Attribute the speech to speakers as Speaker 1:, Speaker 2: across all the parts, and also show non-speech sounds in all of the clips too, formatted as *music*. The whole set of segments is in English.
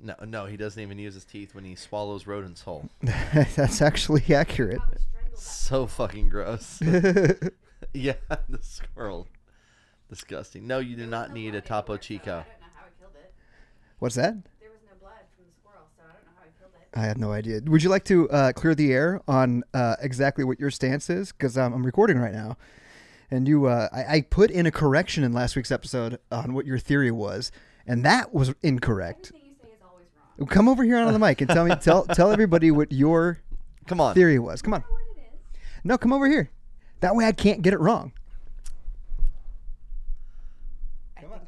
Speaker 1: No, no, he doesn't even use his teeth when he swallows rodents whole.
Speaker 2: *laughs* That's actually accurate. *laughs*
Speaker 3: Probably strangled that.
Speaker 1: so fucking gross. yeah, *laughs* the squirrel. Disgusting. No, you do
Speaker 3: There was
Speaker 1: not
Speaker 3: no
Speaker 1: need
Speaker 3: blood
Speaker 1: a Topo
Speaker 3: anywhere, so
Speaker 1: Chico.
Speaker 3: I don't know how he killed it.
Speaker 2: What's that?
Speaker 3: There was no blood from the squirrel, so I don't know how he killed it.
Speaker 2: I have no idea. Would you like to uh, clear the air on uh, exactly what your stance is? Because um, I'm recording right now, and you, uh, I, I put in a correction in last week's episode on what your theory was, and that was incorrect.
Speaker 3: Everything you say is always wrong.
Speaker 2: Come over here on the mic and tell me, *laughs* tell tell everybody what your
Speaker 1: Come on.
Speaker 2: theory was. Come on,
Speaker 3: You know what it is?
Speaker 2: no, come over here. That way I can't get it wrong. Come on,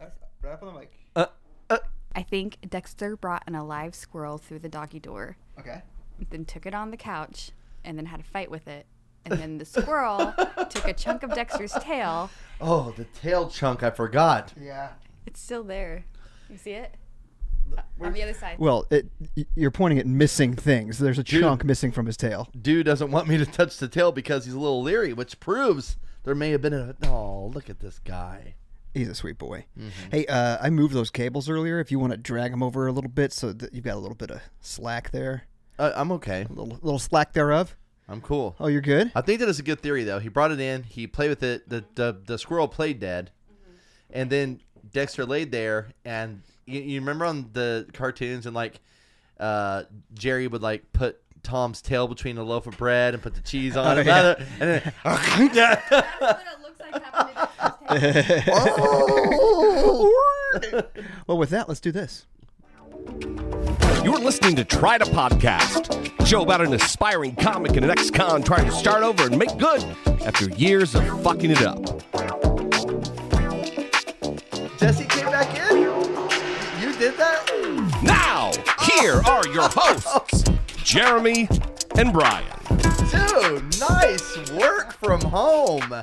Speaker 2: right up on the mic.
Speaker 1: Uh, uh,
Speaker 3: I think Dexter brought an alive squirrel through the doggy door,
Speaker 2: Okay.
Speaker 3: then took it on the couch, and then had a fight with it. And then the *laughs* squirrel took a chunk of Dexter's tail.
Speaker 1: oh, the tail chunk. I forgot.
Speaker 2: Yeah.
Speaker 3: It's still there. You see it? On the other side.
Speaker 2: Well, it, y- you're pointing at missing things. There's a chunk missing from his tail.
Speaker 1: Dude doesn't want me to touch the tail because he's a little leery, which proves there may have been a. Oh, look at this guy.
Speaker 2: He's a sweet boy.
Speaker 1: Mm-hmm.
Speaker 2: Hey, uh, I moved those cables earlier. If you want to drag them over a little bit, so that you've got a little bit of slack there,
Speaker 1: Uh, I'm okay.
Speaker 2: a little little slack thereof.
Speaker 1: I'm cool.
Speaker 2: Oh, you're good.
Speaker 1: I think that is a good theory, though. He brought it in. He played with it. The the, the squirrel played dead, and then Dexter laid there. And you, you remember on the cartoons and like uh, Jerry would like put Tom's tail between a loaf of bread and put the cheese on
Speaker 2: *laughs* Oh,
Speaker 1: it,
Speaker 2: yeah.
Speaker 1: and then yeah.
Speaker 3: That's *laughs* what it looks like happened to Dexter's tail.
Speaker 2: *laughs* Well, with that, let's do this.
Speaker 4: You're listening to Try to Podcast, a show about an aspiring comic and an ex con trying to start over and make good after years of fucking it up.
Speaker 1: Jesse came back in. You did that.
Speaker 4: Now, here are your hosts, Jeremy and Brian.
Speaker 1: Dude, nice work from home.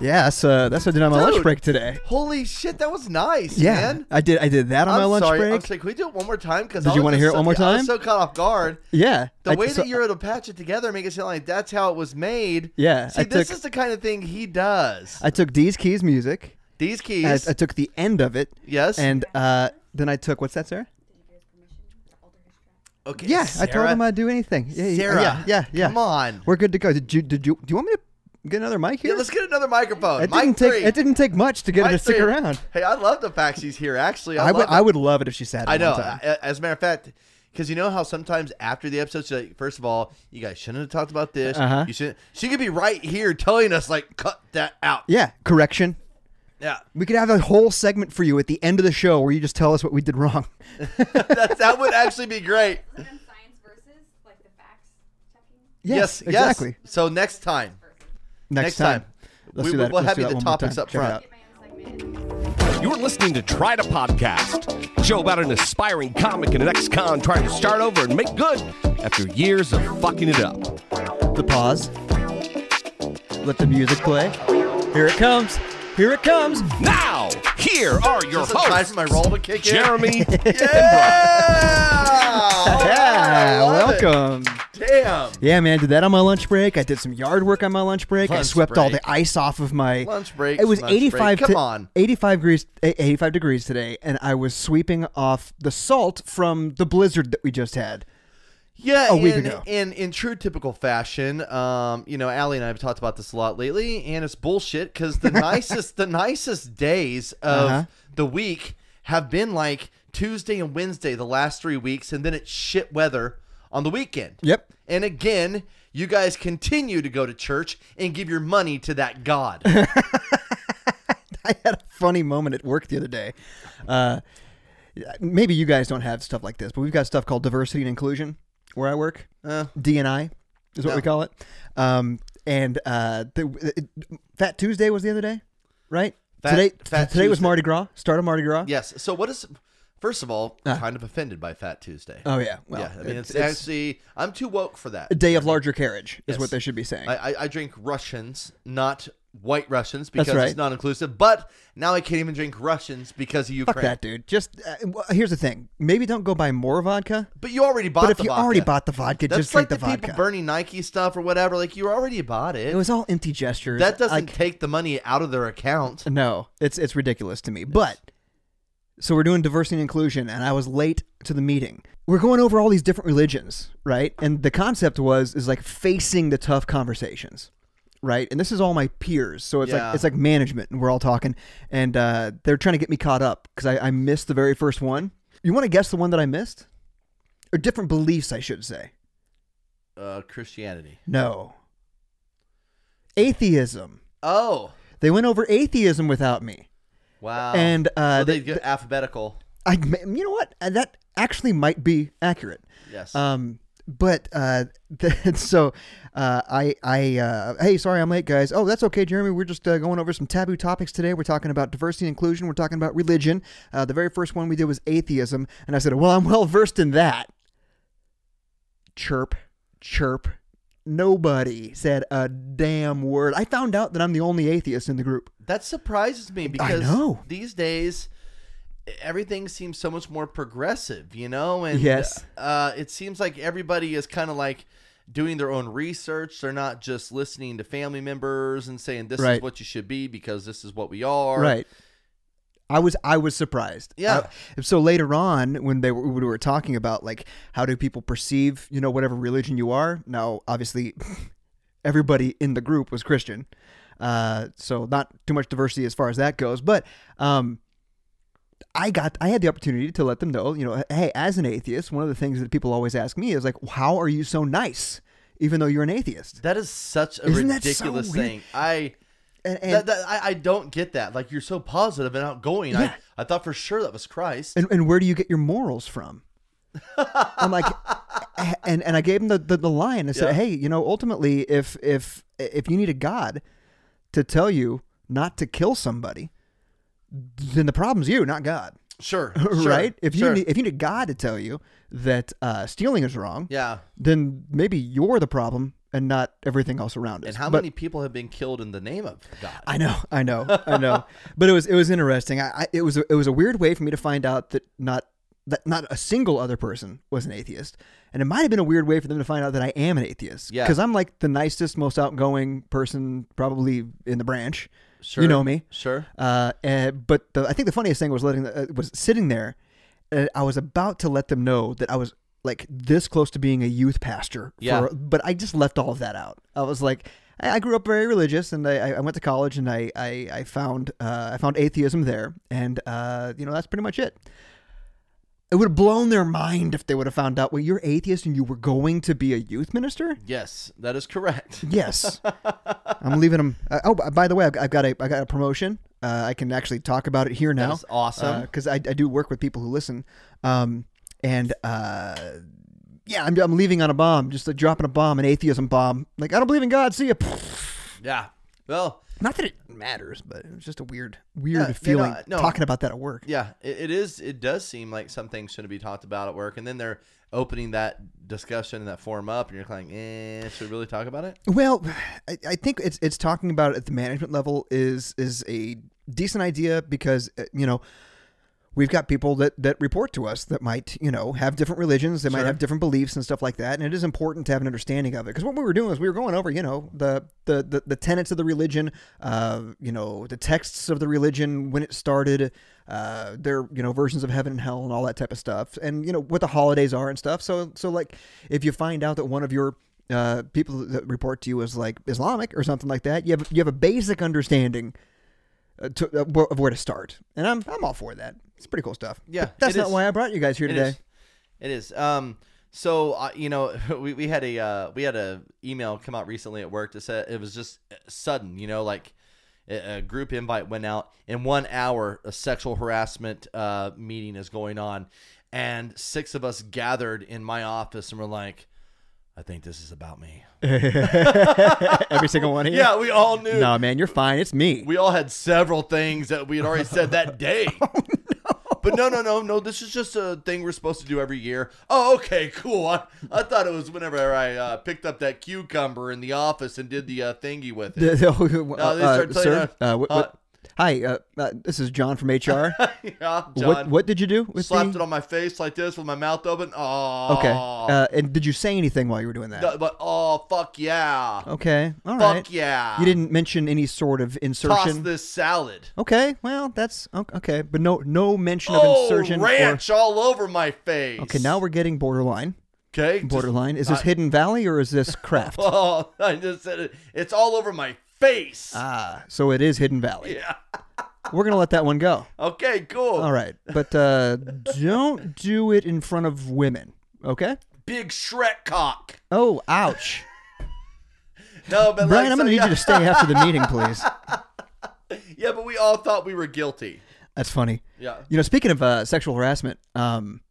Speaker 2: Yeah, that's uh, that's what I did on my lunch
Speaker 1: Dude.
Speaker 2: break today.
Speaker 1: Holy shit, that was nice,
Speaker 2: Yeah,
Speaker 1: man.
Speaker 2: I did. I did that on
Speaker 1: I'm
Speaker 2: my lunch
Speaker 1: sorry. I'm
Speaker 2: break.
Speaker 1: sorry. Can we do it one more time? Because
Speaker 2: Did you wanna hear it one more
Speaker 1: I
Speaker 2: time?
Speaker 1: was so caught off guard.
Speaker 2: yeah,
Speaker 1: The
Speaker 2: I-
Speaker 1: way
Speaker 2: so-
Speaker 1: that you're able to patch it together, and make it sound like that's how it was made.
Speaker 2: Yeah,
Speaker 1: See,
Speaker 2: I
Speaker 1: this
Speaker 2: took-
Speaker 1: is the kind of thing he does.
Speaker 2: I took D's keys music.
Speaker 1: These
Speaker 2: and I,
Speaker 1: keys.
Speaker 2: I took the end of it.
Speaker 1: yes.
Speaker 2: And uh, then I took what's that, Sarah?
Speaker 1: okay.
Speaker 2: Yeah, I told
Speaker 1: Sarah.
Speaker 2: him I'd do anything. Yeah, yeah,
Speaker 1: Sarah.
Speaker 2: yeah, yeah, yeah.
Speaker 1: Come on.
Speaker 2: We're good to go. Did you? Did you? Do you want me to get another mic here?
Speaker 1: Yeah, let's get another microphone.
Speaker 2: It
Speaker 1: Mic
Speaker 2: didn't
Speaker 1: three.
Speaker 2: take. It didn't take much to get
Speaker 1: Mic
Speaker 2: her to stick
Speaker 1: three.
Speaker 2: around.
Speaker 1: Hey, I love the fact she's here. Actually, I,
Speaker 2: I would.
Speaker 1: love it.
Speaker 2: I would love it if she sat.
Speaker 1: I
Speaker 2: in
Speaker 1: know.
Speaker 2: one time.
Speaker 1: A- As a matter of fact, because you know how sometimes after the episode, she's like, first of all, you guys shouldn't have talked about this.
Speaker 2: Uh-huh.
Speaker 1: You should. She could be right here telling us like, cut that out.
Speaker 2: yeah. Correction.
Speaker 1: Yeah.
Speaker 2: We could have a whole segment for you at the end of the show where you just tell us what we
Speaker 1: *laughs*
Speaker 2: did wrong.
Speaker 1: that that would actually be
Speaker 2: *laughs*
Speaker 1: great.
Speaker 3: Isn't it science versus, like the facts checking?
Speaker 1: Yes.
Speaker 2: exactly.
Speaker 1: Yes. So next time. Next
Speaker 2: Next, time.
Speaker 1: time.
Speaker 2: Let's
Speaker 1: We-
Speaker 2: do that.
Speaker 1: we'll
Speaker 2: let's
Speaker 1: have
Speaker 2: do
Speaker 1: you
Speaker 2: that
Speaker 1: the
Speaker 2: one more
Speaker 1: topics
Speaker 2: time.
Speaker 1: up
Speaker 2: Check it
Speaker 1: front.
Speaker 2: out.
Speaker 3: Get my own segment.
Speaker 4: You're listening to Try to Podcast, a show about an aspiring comic and an ex con trying to start over and make good after years of fucking it up.
Speaker 2: The pause. Let the music play. Here it comes. Here it comes.
Speaker 4: Now, here are your
Speaker 1: Just in time
Speaker 4: hosts,
Speaker 1: for my roll to kick *laughs*
Speaker 4: Jeremy
Speaker 1: in. *laughs* Yeah.
Speaker 2: *laughs* Yeah.
Speaker 1: I love it.
Speaker 2: welcome.
Speaker 1: Damn.
Speaker 2: Yeah, man, did that on my lunch break. I did some yard work on my lunch break. I
Speaker 1: Lunch
Speaker 2: swept all
Speaker 1: break.
Speaker 2: the ice off of my
Speaker 1: Lunch breaks,
Speaker 2: It was
Speaker 1: lunch break.
Speaker 2: 85.
Speaker 1: Come
Speaker 2: to-
Speaker 1: on.
Speaker 2: 85 degrees. eh, 85 degrees today, and I was sweeping off the salt from the blizzard that we just had.
Speaker 1: Yeah,
Speaker 2: A week
Speaker 1: and,
Speaker 2: ago.
Speaker 1: and in true typical fashion, um, you know, Allie and I have talked about this a lot lately, and it's bullshit because
Speaker 2: *laughs*
Speaker 1: the nicest, the nicest days of
Speaker 2: Uh-huh.
Speaker 1: the week have been like Tuesday and Wednesday the last three weeks, and then it's shit weather on the weekend.
Speaker 2: Yep.
Speaker 1: And again, you guys continue to go to church and give your money to that
Speaker 2: *laughs*
Speaker 1: God.
Speaker 2: I had a funny moment at work the other day. Uh, maybe you guys don't have stuff like this, but we've got stuff called diversity and inclusion where I work.
Speaker 1: Uh. Oh.
Speaker 2: D and I is what we call it. Um, and uh, the, it, Fat Tuesday was the other day, right?
Speaker 1: Fat-
Speaker 2: today,
Speaker 1: Fat
Speaker 2: today was
Speaker 1: Tuesday.
Speaker 2: Mardi Gras. Start of Mardi Gras.
Speaker 1: yes. So what is? First of all, kind of offended by Fat Tuesday.
Speaker 2: Uh. Oh yeah. Well,
Speaker 1: yeah, I mean, it's,
Speaker 2: it's
Speaker 1: actually I'm too woke for that.
Speaker 2: a day of larger carriage is
Speaker 1: Yes.
Speaker 2: what they should be saying.
Speaker 1: I, I, I drink Russians, not white Russians, because
Speaker 2: right.
Speaker 1: it's not inclusive. But now I can't even drink Russians because of Ukraine.
Speaker 2: Fuck that, dude. Just uh, well, here's the thing. Maybe don't go buy more vodka.
Speaker 1: But you already bought
Speaker 2: But if
Speaker 1: the
Speaker 2: you
Speaker 1: vodka.
Speaker 2: already bought the vodka,
Speaker 1: That's
Speaker 2: just
Speaker 1: like
Speaker 2: drink the,
Speaker 1: the,
Speaker 2: vodka.
Speaker 1: people burning Nike stuff or whatever. Like you already bought it.
Speaker 2: it was all empty gestures.
Speaker 1: that doesn't
Speaker 2: Like,
Speaker 1: take the money out of their account.
Speaker 2: No, it's it's ridiculous to me. But So we're doing diversity and inclusion, and I was late to the meeting. We're going over all these different religions, right? And the concept was is like facing the tough conversations, right? And this is all my peers, so it's
Speaker 1: Yeah.
Speaker 2: like it's like management, and we're all talking, and uh, they're trying to get me caught up because I, I missed the very first one. You want to guess the one that I missed? Or different beliefs, I should say.
Speaker 1: Uh, Christianity.
Speaker 2: No. Atheism.
Speaker 1: Oh,
Speaker 2: They went over atheism without me.
Speaker 1: wow.
Speaker 2: And, uh,
Speaker 1: Well,
Speaker 2: they-
Speaker 1: they get alphabetical.
Speaker 2: I, you know what? Uh, That actually might be accurate.
Speaker 1: Yes.
Speaker 2: Um, but uh, *laughs* the, so uh, I, I, uh, hey, sorry I'm late, guys. Oh, that's okay, Jeremy. We're just uh, going over some taboo topics today. We're talking about diversity and inclusion. We're talking about religion. Uh, the very first one we did was atheism, and I said, well, I'm *laughs* well versed in that. Chirp, chirp. Nobody said a damn word. I found out that I'm the only atheist in the group.
Speaker 1: That surprises me because
Speaker 2: know.
Speaker 1: these days everything seems so much more progressive, you know, and
Speaker 2: Yes.
Speaker 1: uh, it seems like everybody is kind of like doing their own research. They're not just listening to family members and saying this is
Speaker 2: Right.
Speaker 1: what you should be because this is what we are.
Speaker 2: Right. I was I was surprised.
Speaker 1: Yeah.
Speaker 2: I- so later on, when they were, when we were talking about like how do people perceive you know whatever religion you are. Now, obviously, *laughs* everybody in the group was Christian, uh, so not too much diversity as far as that goes. But um, I got I had the opportunity to let them know you know hey as an atheist, one of the things that people always ask me is like how are you so nice even though you're an atheist?
Speaker 1: That is such a
Speaker 2: Isn't that so
Speaker 1: ridiculous
Speaker 2: weird?
Speaker 1: thing. I.
Speaker 2: And, and
Speaker 1: That, that, I, I don't get that. Like you're so positive and outgoing.
Speaker 2: Yeah.
Speaker 1: I, I thought for sure that was Christ.
Speaker 2: and, and where do you get your morals from?
Speaker 1: *laughs*
Speaker 2: I'm like, and and I gave him the, the, the line. I said,
Speaker 1: Yeah.
Speaker 2: hey, you know, ultimately, if if if you need a God to tell you not to kill somebody, then the problem's you, not God,
Speaker 1: sure,
Speaker 2: *laughs* right? If you
Speaker 1: sure.
Speaker 2: need, if you need God to tell you that uh, stealing is wrong,
Speaker 1: yeah.
Speaker 2: then maybe you're the problem and not everything else around us.
Speaker 1: And how
Speaker 2: But-
Speaker 1: many people have been killed in the name of God?
Speaker 2: I know, I know, I
Speaker 1: *laughs*
Speaker 2: know. But it was it was interesting. I, I it was a, it was a weird way for me to find out that not that not a single other person was an atheist, and it might have been a weird way for them to find out that I am an atheist.
Speaker 1: Yeah.
Speaker 2: because I'm like the nicest, most outgoing person probably in the branch.
Speaker 1: sure,
Speaker 2: you know me.
Speaker 1: Sure.
Speaker 2: Uh, and, but the, I think the funniest thing was letting the, uh, was sitting there, and I was about to let them know that I was like this close to being a youth pastor.
Speaker 1: Yeah.
Speaker 2: but I just left all of that out. I was like, I, I grew up very religious, and I, I- I went to college, and I I, I found uh, I found atheism there, and uh, you know that's pretty much it. It would have blown their mind if they would have found out. Well, you're atheist, and you were going to be a youth minister.
Speaker 1: Yes, that is
Speaker 2: *laughs*
Speaker 1: correct.
Speaker 2: Yes, I'm leaving them. Uh, oh, b- by the way, I've, I've got a I got a promotion. Uh, I can actually talk about it here now.
Speaker 1: is awesome.
Speaker 2: because I, I do work with people who listen. Um, and uh, yeah, I'm, I'm leaving on a bomb, just like dropping a bomb, an atheism bomb. Like I don't believe in God. See you.
Speaker 1: Yeah. Well,
Speaker 2: *laughs* Not that it matters, but it was just a weird, weird
Speaker 1: Yeah, you
Speaker 2: feeling
Speaker 1: know, no.
Speaker 2: talking about that at work.
Speaker 1: yeah, it, it is. It does seem like something shouldn't be talked about at work, and then they're opening that discussion and that forum up, and you're kind of like, eh, should we really talk about it?
Speaker 2: Well, I, I think it's it's talking about it at the management level is is a decent idea because uh, you know we've got people that that report to us that might you know have different religions, they might
Speaker 1: Sure.
Speaker 2: have different beliefs and stuff like that, and it is important to have an understanding of it because what we were doing is we were going over you know the the the, the tenets of the religion, uh, you know the texts of the religion when it started. Uh, their you know versions of heaven and hell and all that type of stuff, and you know what the holidays are and stuff. So so like if you find out that one of your uh, people that report to you as like Islamic or something like that, you have you have a basic understanding uh, to, uh, wh- of where to start, and I'm I'm all for that. It's pretty cool stuff.
Speaker 1: Yeah,
Speaker 2: But that's
Speaker 1: it
Speaker 2: not
Speaker 1: is.
Speaker 2: why I brought you guys here
Speaker 1: It
Speaker 2: today.
Speaker 1: is. It is. Um. So uh, you know, *laughs* we, we had a uh, we had a email come out recently at work that said it was just uh, sudden. You know, like a, a group invite went out in one hour. A sexual harassment uh, meeting is going on, and six of us gathered in my office, and we're like, "I think this is about me."
Speaker 2: *laughs* Every single one of you.
Speaker 1: *laughs* Yeah, we all knew.
Speaker 2: No, man, you're fine. It's me.
Speaker 1: We all had several things that we had already said
Speaker 2: Oh,
Speaker 1: that day. But no, no, no, no. This is just a thing we're supposed to do every year. Oh, okay, cool. I, I thought it was whenever I uh, picked up that cucumber in the office and did the uh, thingy with it. *laughs*
Speaker 2: *laughs* The- the- uh,
Speaker 1: No, they start
Speaker 2: uh,
Speaker 1: telling
Speaker 2: sir,
Speaker 1: you,
Speaker 2: uh, what, what-
Speaker 1: uh,
Speaker 2: Hi, uh, uh, this is
Speaker 1: *laughs*
Speaker 2: John from HR.
Speaker 1: yeah, Ah, John.
Speaker 2: what what did you do with
Speaker 1: slapped
Speaker 2: the-
Speaker 1: it on my face like this with my mouth open. Oh.
Speaker 2: Okay. Uh, and did you say anything while you were doing that?
Speaker 1: but oh fuck yeah.
Speaker 2: Okay. All
Speaker 1: fuck
Speaker 2: right.
Speaker 1: yeah.
Speaker 2: You didn't mention any sort of
Speaker 1: toss
Speaker 2: insertion.
Speaker 1: this salad.
Speaker 2: okay. Well, that's o- okay, but no no mention of
Speaker 1: Oh,
Speaker 2: insertion or-
Speaker 1: ranch all over my face.
Speaker 2: Okay, now we're getting borderline.
Speaker 1: okay. just-
Speaker 2: Borderline. Is this
Speaker 1: I-
Speaker 2: Hidden Valley or is this Craft?
Speaker 1: *laughs* oh, I just said it. It's all over my face.
Speaker 2: ah, so it is Hidden Valley.
Speaker 1: yeah.
Speaker 2: We're gonna let that one go.
Speaker 1: Okay. Cool.
Speaker 2: All right, but uh, don't do it in front of women. Okay.
Speaker 1: Big Shrek cock.
Speaker 2: Oh, ouch.
Speaker 1: No, but
Speaker 2: Brian,
Speaker 1: like,
Speaker 2: I'm
Speaker 1: so
Speaker 2: going to need
Speaker 1: yeah,
Speaker 2: you to stay after the meeting, please.
Speaker 1: Yeah, but we all thought we were guilty.
Speaker 2: That's funny.
Speaker 1: Yeah.
Speaker 2: You know, speaking of uh, sexual harassment, um,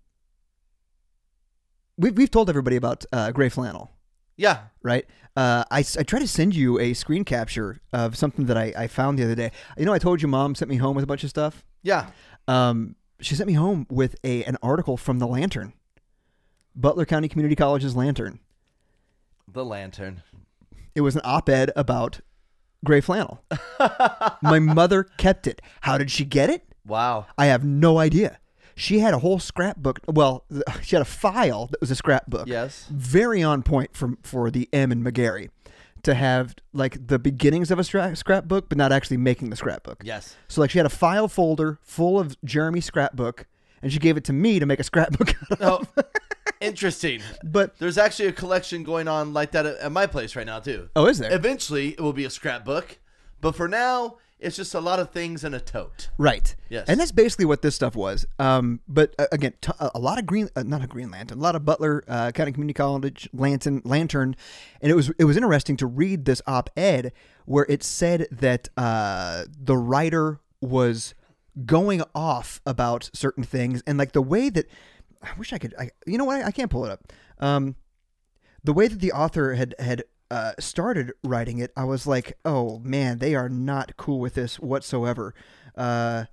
Speaker 2: we've, we've told everybody about uh, gray flannel,
Speaker 1: Yeah.
Speaker 2: right? Uh, I, s- I tried to send you a screen capture of something that I, I found the other day. You know, I told you mom sent me home with a bunch of stuff.
Speaker 1: Yeah.
Speaker 2: Um, she sent me home with a an article from the Lantern, Butler County Community College's Lantern.
Speaker 1: The lantern.
Speaker 2: It was an op-ed about gray flannel. My mother kept it. How did she get it?
Speaker 1: Wow.
Speaker 2: I have no idea. She had a whole scrapbook. Well, th- *laughs* she had a file that was a scrapbook.
Speaker 1: Yes.
Speaker 2: Very on point for for the M and McGarry to have like the beginnings of a stra- scrapbook, but not actually making the scrapbook.
Speaker 1: Yes.
Speaker 2: So like she had a file folder full of Jeremy's scrapbook, and she gave it to me to make a scrapbook. *laughs* out of.
Speaker 1: Oh, interesting.
Speaker 2: but
Speaker 1: There's actually a collection going on like that at, at my place right now too.
Speaker 2: oh, is there?
Speaker 1: Eventually, it will be a scrapbook, but for now, it's just a lot of things in a tote.
Speaker 2: Right.
Speaker 1: Yes.
Speaker 2: And that's basically what this stuff was. Um, but uh, again, t- a lot of green, uh, not a Green Lantern, a lot of Butler uh, County Community College lantern, lantern, and it was it was interesting to read this op-ed where it said that uh, the writer was going off about certain things and like the way that I wish I could, I, you know what, I, I can't pull it up. Um, the way that the author had had uh, started writing it, I was like, "Oh man, they are not cool with this whatsoever." Uh,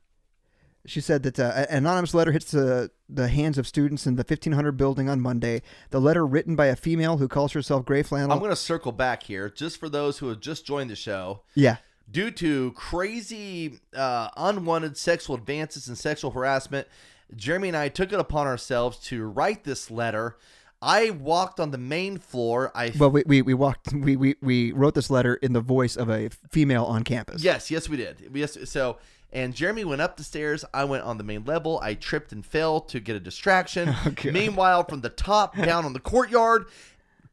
Speaker 2: she said that uh, an anonymous letter hits the the hands of students in the 1500 building on Monday. The letter written by a female who calls herself Gray Flannel.
Speaker 1: I'm going to circle back here just for those who have just joined the show.
Speaker 2: yeah,
Speaker 1: Due to crazy, uh, unwanted sexual advances and sexual harassment, Jeremy and I took it upon ourselves to write this letter. I walked on the main floor. I
Speaker 2: well, we, we, we walked we, we we wrote this letter in the voice of a female on campus.
Speaker 1: Yes, yes, we did. Yes, so and Jeremy went up the stairs. I went on the main level. I tripped and fell to get a
Speaker 2: *laughs*
Speaker 1: distraction.
Speaker 2: Oh, God.
Speaker 1: Meanwhile, from the top down on the courtyard,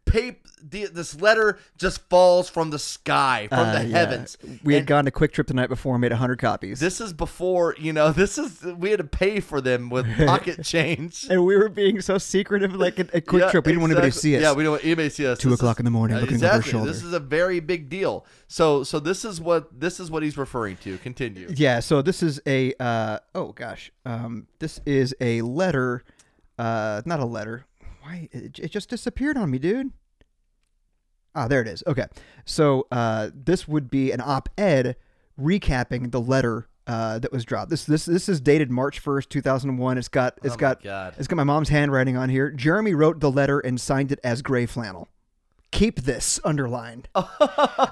Speaker 1: pape the, this letter just falls from the sky, from
Speaker 2: Uh,
Speaker 1: the
Speaker 2: yeah.
Speaker 1: heavens.
Speaker 2: We had
Speaker 1: And
Speaker 2: gone to Quick Trip the night before and made 100 copies.
Speaker 1: this is before you know. *laughs* This is we had to pay for them
Speaker 2: *laughs*
Speaker 1: with pocket change.
Speaker 2: and we were being so secretive, like at, at Quick
Speaker 1: Yeah,
Speaker 2: Trip, we didn't want anybody to
Speaker 1: exactly.
Speaker 2: see us.
Speaker 1: Yeah, we don't want anybody to see us.
Speaker 2: Two
Speaker 1: This
Speaker 2: o'clock
Speaker 1: is-
Speaker 2: in the morning,
Speaker 1: uh,
Speaker 2: looking over our
Speaker 1: exactly. This
Speaker 2: shoulder.
Speaker 1: is a very big deal. So, so this is what this is what he's referring to. Continue.
Speaker 2: Yeah, so this is a uh, oh gosh, um, this is a letter, uh, not a letter. Why it, it just disappeared on me, dude. Ah, there it is. Okay, so uh, this would be an op-ed recapping the letter uh, that was dropped. This this this is dated March first, two thousand one. It's got it's
Speaker 1: Oh my
Speaker 2: got
Speaker 1: God.
Speaker 2: it's got my mom's handwriting on here. Jeremy wrote the letter and signed it as gray flannel. Keep this
Speaker 1: *laughs*
Speaker 2: underlined.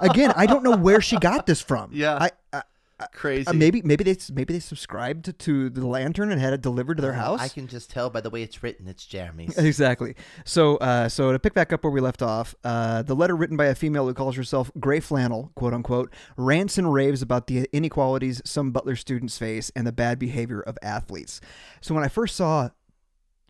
Speaker 2: Again, I don't know where she got this from.
Speaker 1: Yeah.
Speaker 2: I, I
Speaker 1: Crazy.
Speaker 2: uh, maybe maybe they maybe they subscribed to the lantern and had it delivered to their house. *laughs*
Speaker 1: I can just tell by the way it's written. It's Jeremy's.
Speaker 2: Exactly. So, uh, so to pick back up where we left off, uh, the letter written by a female who calls herself Gray Flannel, quote unquote, rants and raves about the inequalities some Butler students face and the bad behavior of athletes. So, when I first saw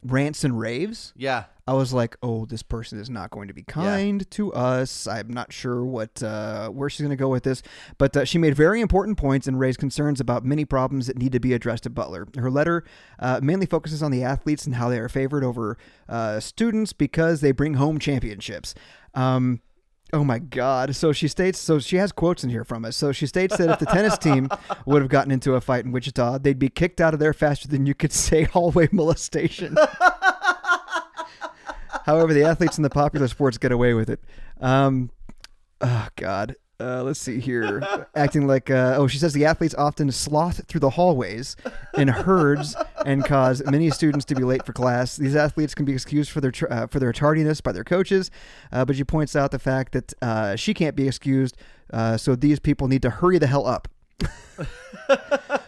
Speaker 2: rants and raves,
Speaker 1: yeah.
Speaker 2: I was like, "Oh, this person is not going to be kind to us." I'm not sure what uh, where she's going to go with this, but uh, she made very important points and raised concerns about many problems that need to be addressed at Butler. Her letter uh, mainly focuses on the athletes and how they are favored over uh, students because they bring home championships. Um, Oh my God. So she states, so she has quotes in here from us. So she states that if the tennis team would have gotten into a fight in Wichita, they'd be kicked out of there faster than you could say hallway molestation. However, the athletes in the popular sports get away with it. Um, oh God. Uh, let's see here. Acting like, uh, oh, she says the athletes often sloth through the hallways in herds and cause many students to be late for class. These athletes can be excused for their tr- uh, for their tardiness by their coaches, uh, but she points out the fact that uh, she can't be excused, uh, so these people need to hurry the hell up.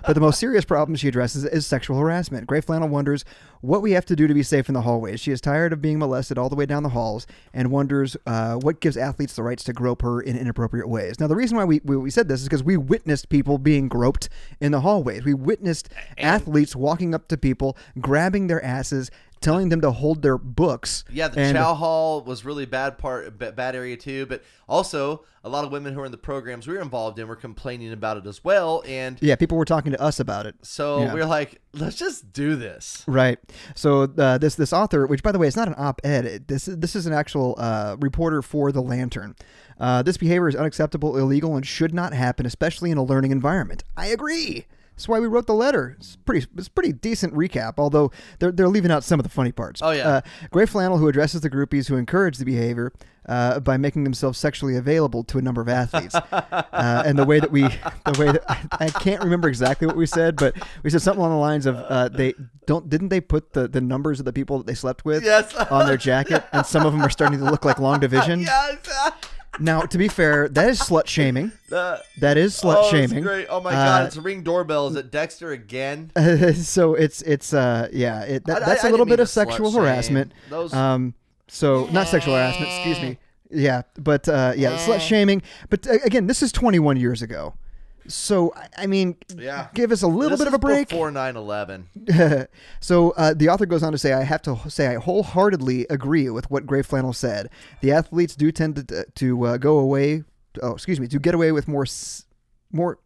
Speaker 2: but the most serious problem she addresses is sexual harassment. Gray Flannel wonders what we have to do to be safe in the hallways. She is tired of being molested all the way down the halls and wonders uh, what gives athletes the rights to grope her in inappropriate ways. Now, the reason why we, we, we said this is because we witnessed people being groped in the hallways. We witnessed athletes walking up to people, grabbing their asses, telling them to hold their books.
Speaker 1: Yeah, the
Speaker 2: and-
Speaker 1: chow hall was really bad part, ba- bad area too. But also, a lot of women who are in the programs we were involved in were complaining about it as well. And
Speaker 2: Yeah, people were talking to us about it.
Speaker 1: so
Speaker 2: Yeah.
Speaker 1: we are like, let's just do this. *laughs*
Speaker 2: Right. So uh, this this author, which by the way is not an op-ed, it- this is- this is an actual uh, reporter for the Lantern. Uh, this behavior is unacceptable, illegal, and should not happen, especially in a learning environment. I agree. That's why we wrote the letter. It's pretty it's a pretty decent recap, although they're they're leaving out some of the funny parts.
Speaker 1: Oh, yeah.
Speaker 2: Uh, Gray Flannel, who addresses the groupies who encourage the behavior uh, by making themselves sexually available to a number of athletes, uh, and the way that we, *laughs* the way that I, I can't remember exactly what we said, but we said something along the lines of uh, they don't didn't they put the, the numbers of the people that they slept with
Speaker 1: Yes.
Speaker 2: on their jacket, and some of them are starting to look like
Speaker 1: *laughs*
Speaker 2: long division.
Speaker 1: Yes.
Speaker 2: Now, to be fair, that is
Speaker 1: *laughs*
Speaker 2: slut shaming.
Speaker 1: Uh,
Speaker 2: That is slut
Speaker 1: oh, it's
Speaker 2: shaming.
Speaker 1: great. Oh my
Speaker 2: Uh,
Speaker 1: god, it's ring doorbell. Is it Dexter again?
Speaker 2: *laughs* so it's it's uh yeah it, that,
Speaker 1: I-
Speaker 2: that's
Speaker 1: I
Speaker 2: a little
Speaker 1: didn't mean
Speaker 2: bit of
Speaker 1: to slut
Speaker 2: sexual
Speaker 1: shame.
Speaker 2: harassment
Speaker 1: Those-
Speaker 2: um so not sexual harassment excuse me yeah but uh yeah slut shaming but uh, again this is 21 years ago so I- i mean
Speaker 1: Yeah.
Speaker 2: give us a little
Speaker 1: This
Speaker 2: bit of a
Speaker 1: is
Speaker 2: break
Speaker 1: before 9-11.
Speaker 2: so uh, the author goes on to say, I have to say I wholeheartedly agree with what Gray Flannel said. The athletes do tend to to uh, go away. Oh, excuse me, to get away with more s- more.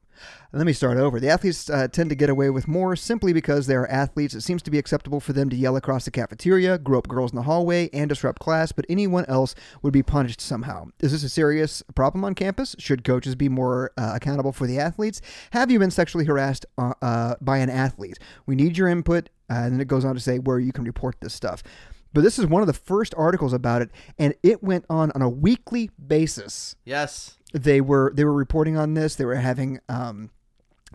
Speaker 2: Let me start over. The athletes uh, tend to get away with more simply because they are athletes. It seems to be acceptable for them to yell across the cafeteria, grope girls in the hallway, and disrupt class, but anyone else would be punished somehow. Is this a serious problem on campus? Should coaches be more uh, accountable for the athletes? Have you been sexually harassed uh, uh, by an athlete? We need your input. Uh, and then it goes on to say where you can report this stuff. But this is one of the first articles about it, and it went on on a weekly basis
Speaker 1: Yes.
Speaker 2: they were they were reporting on this. They were having um,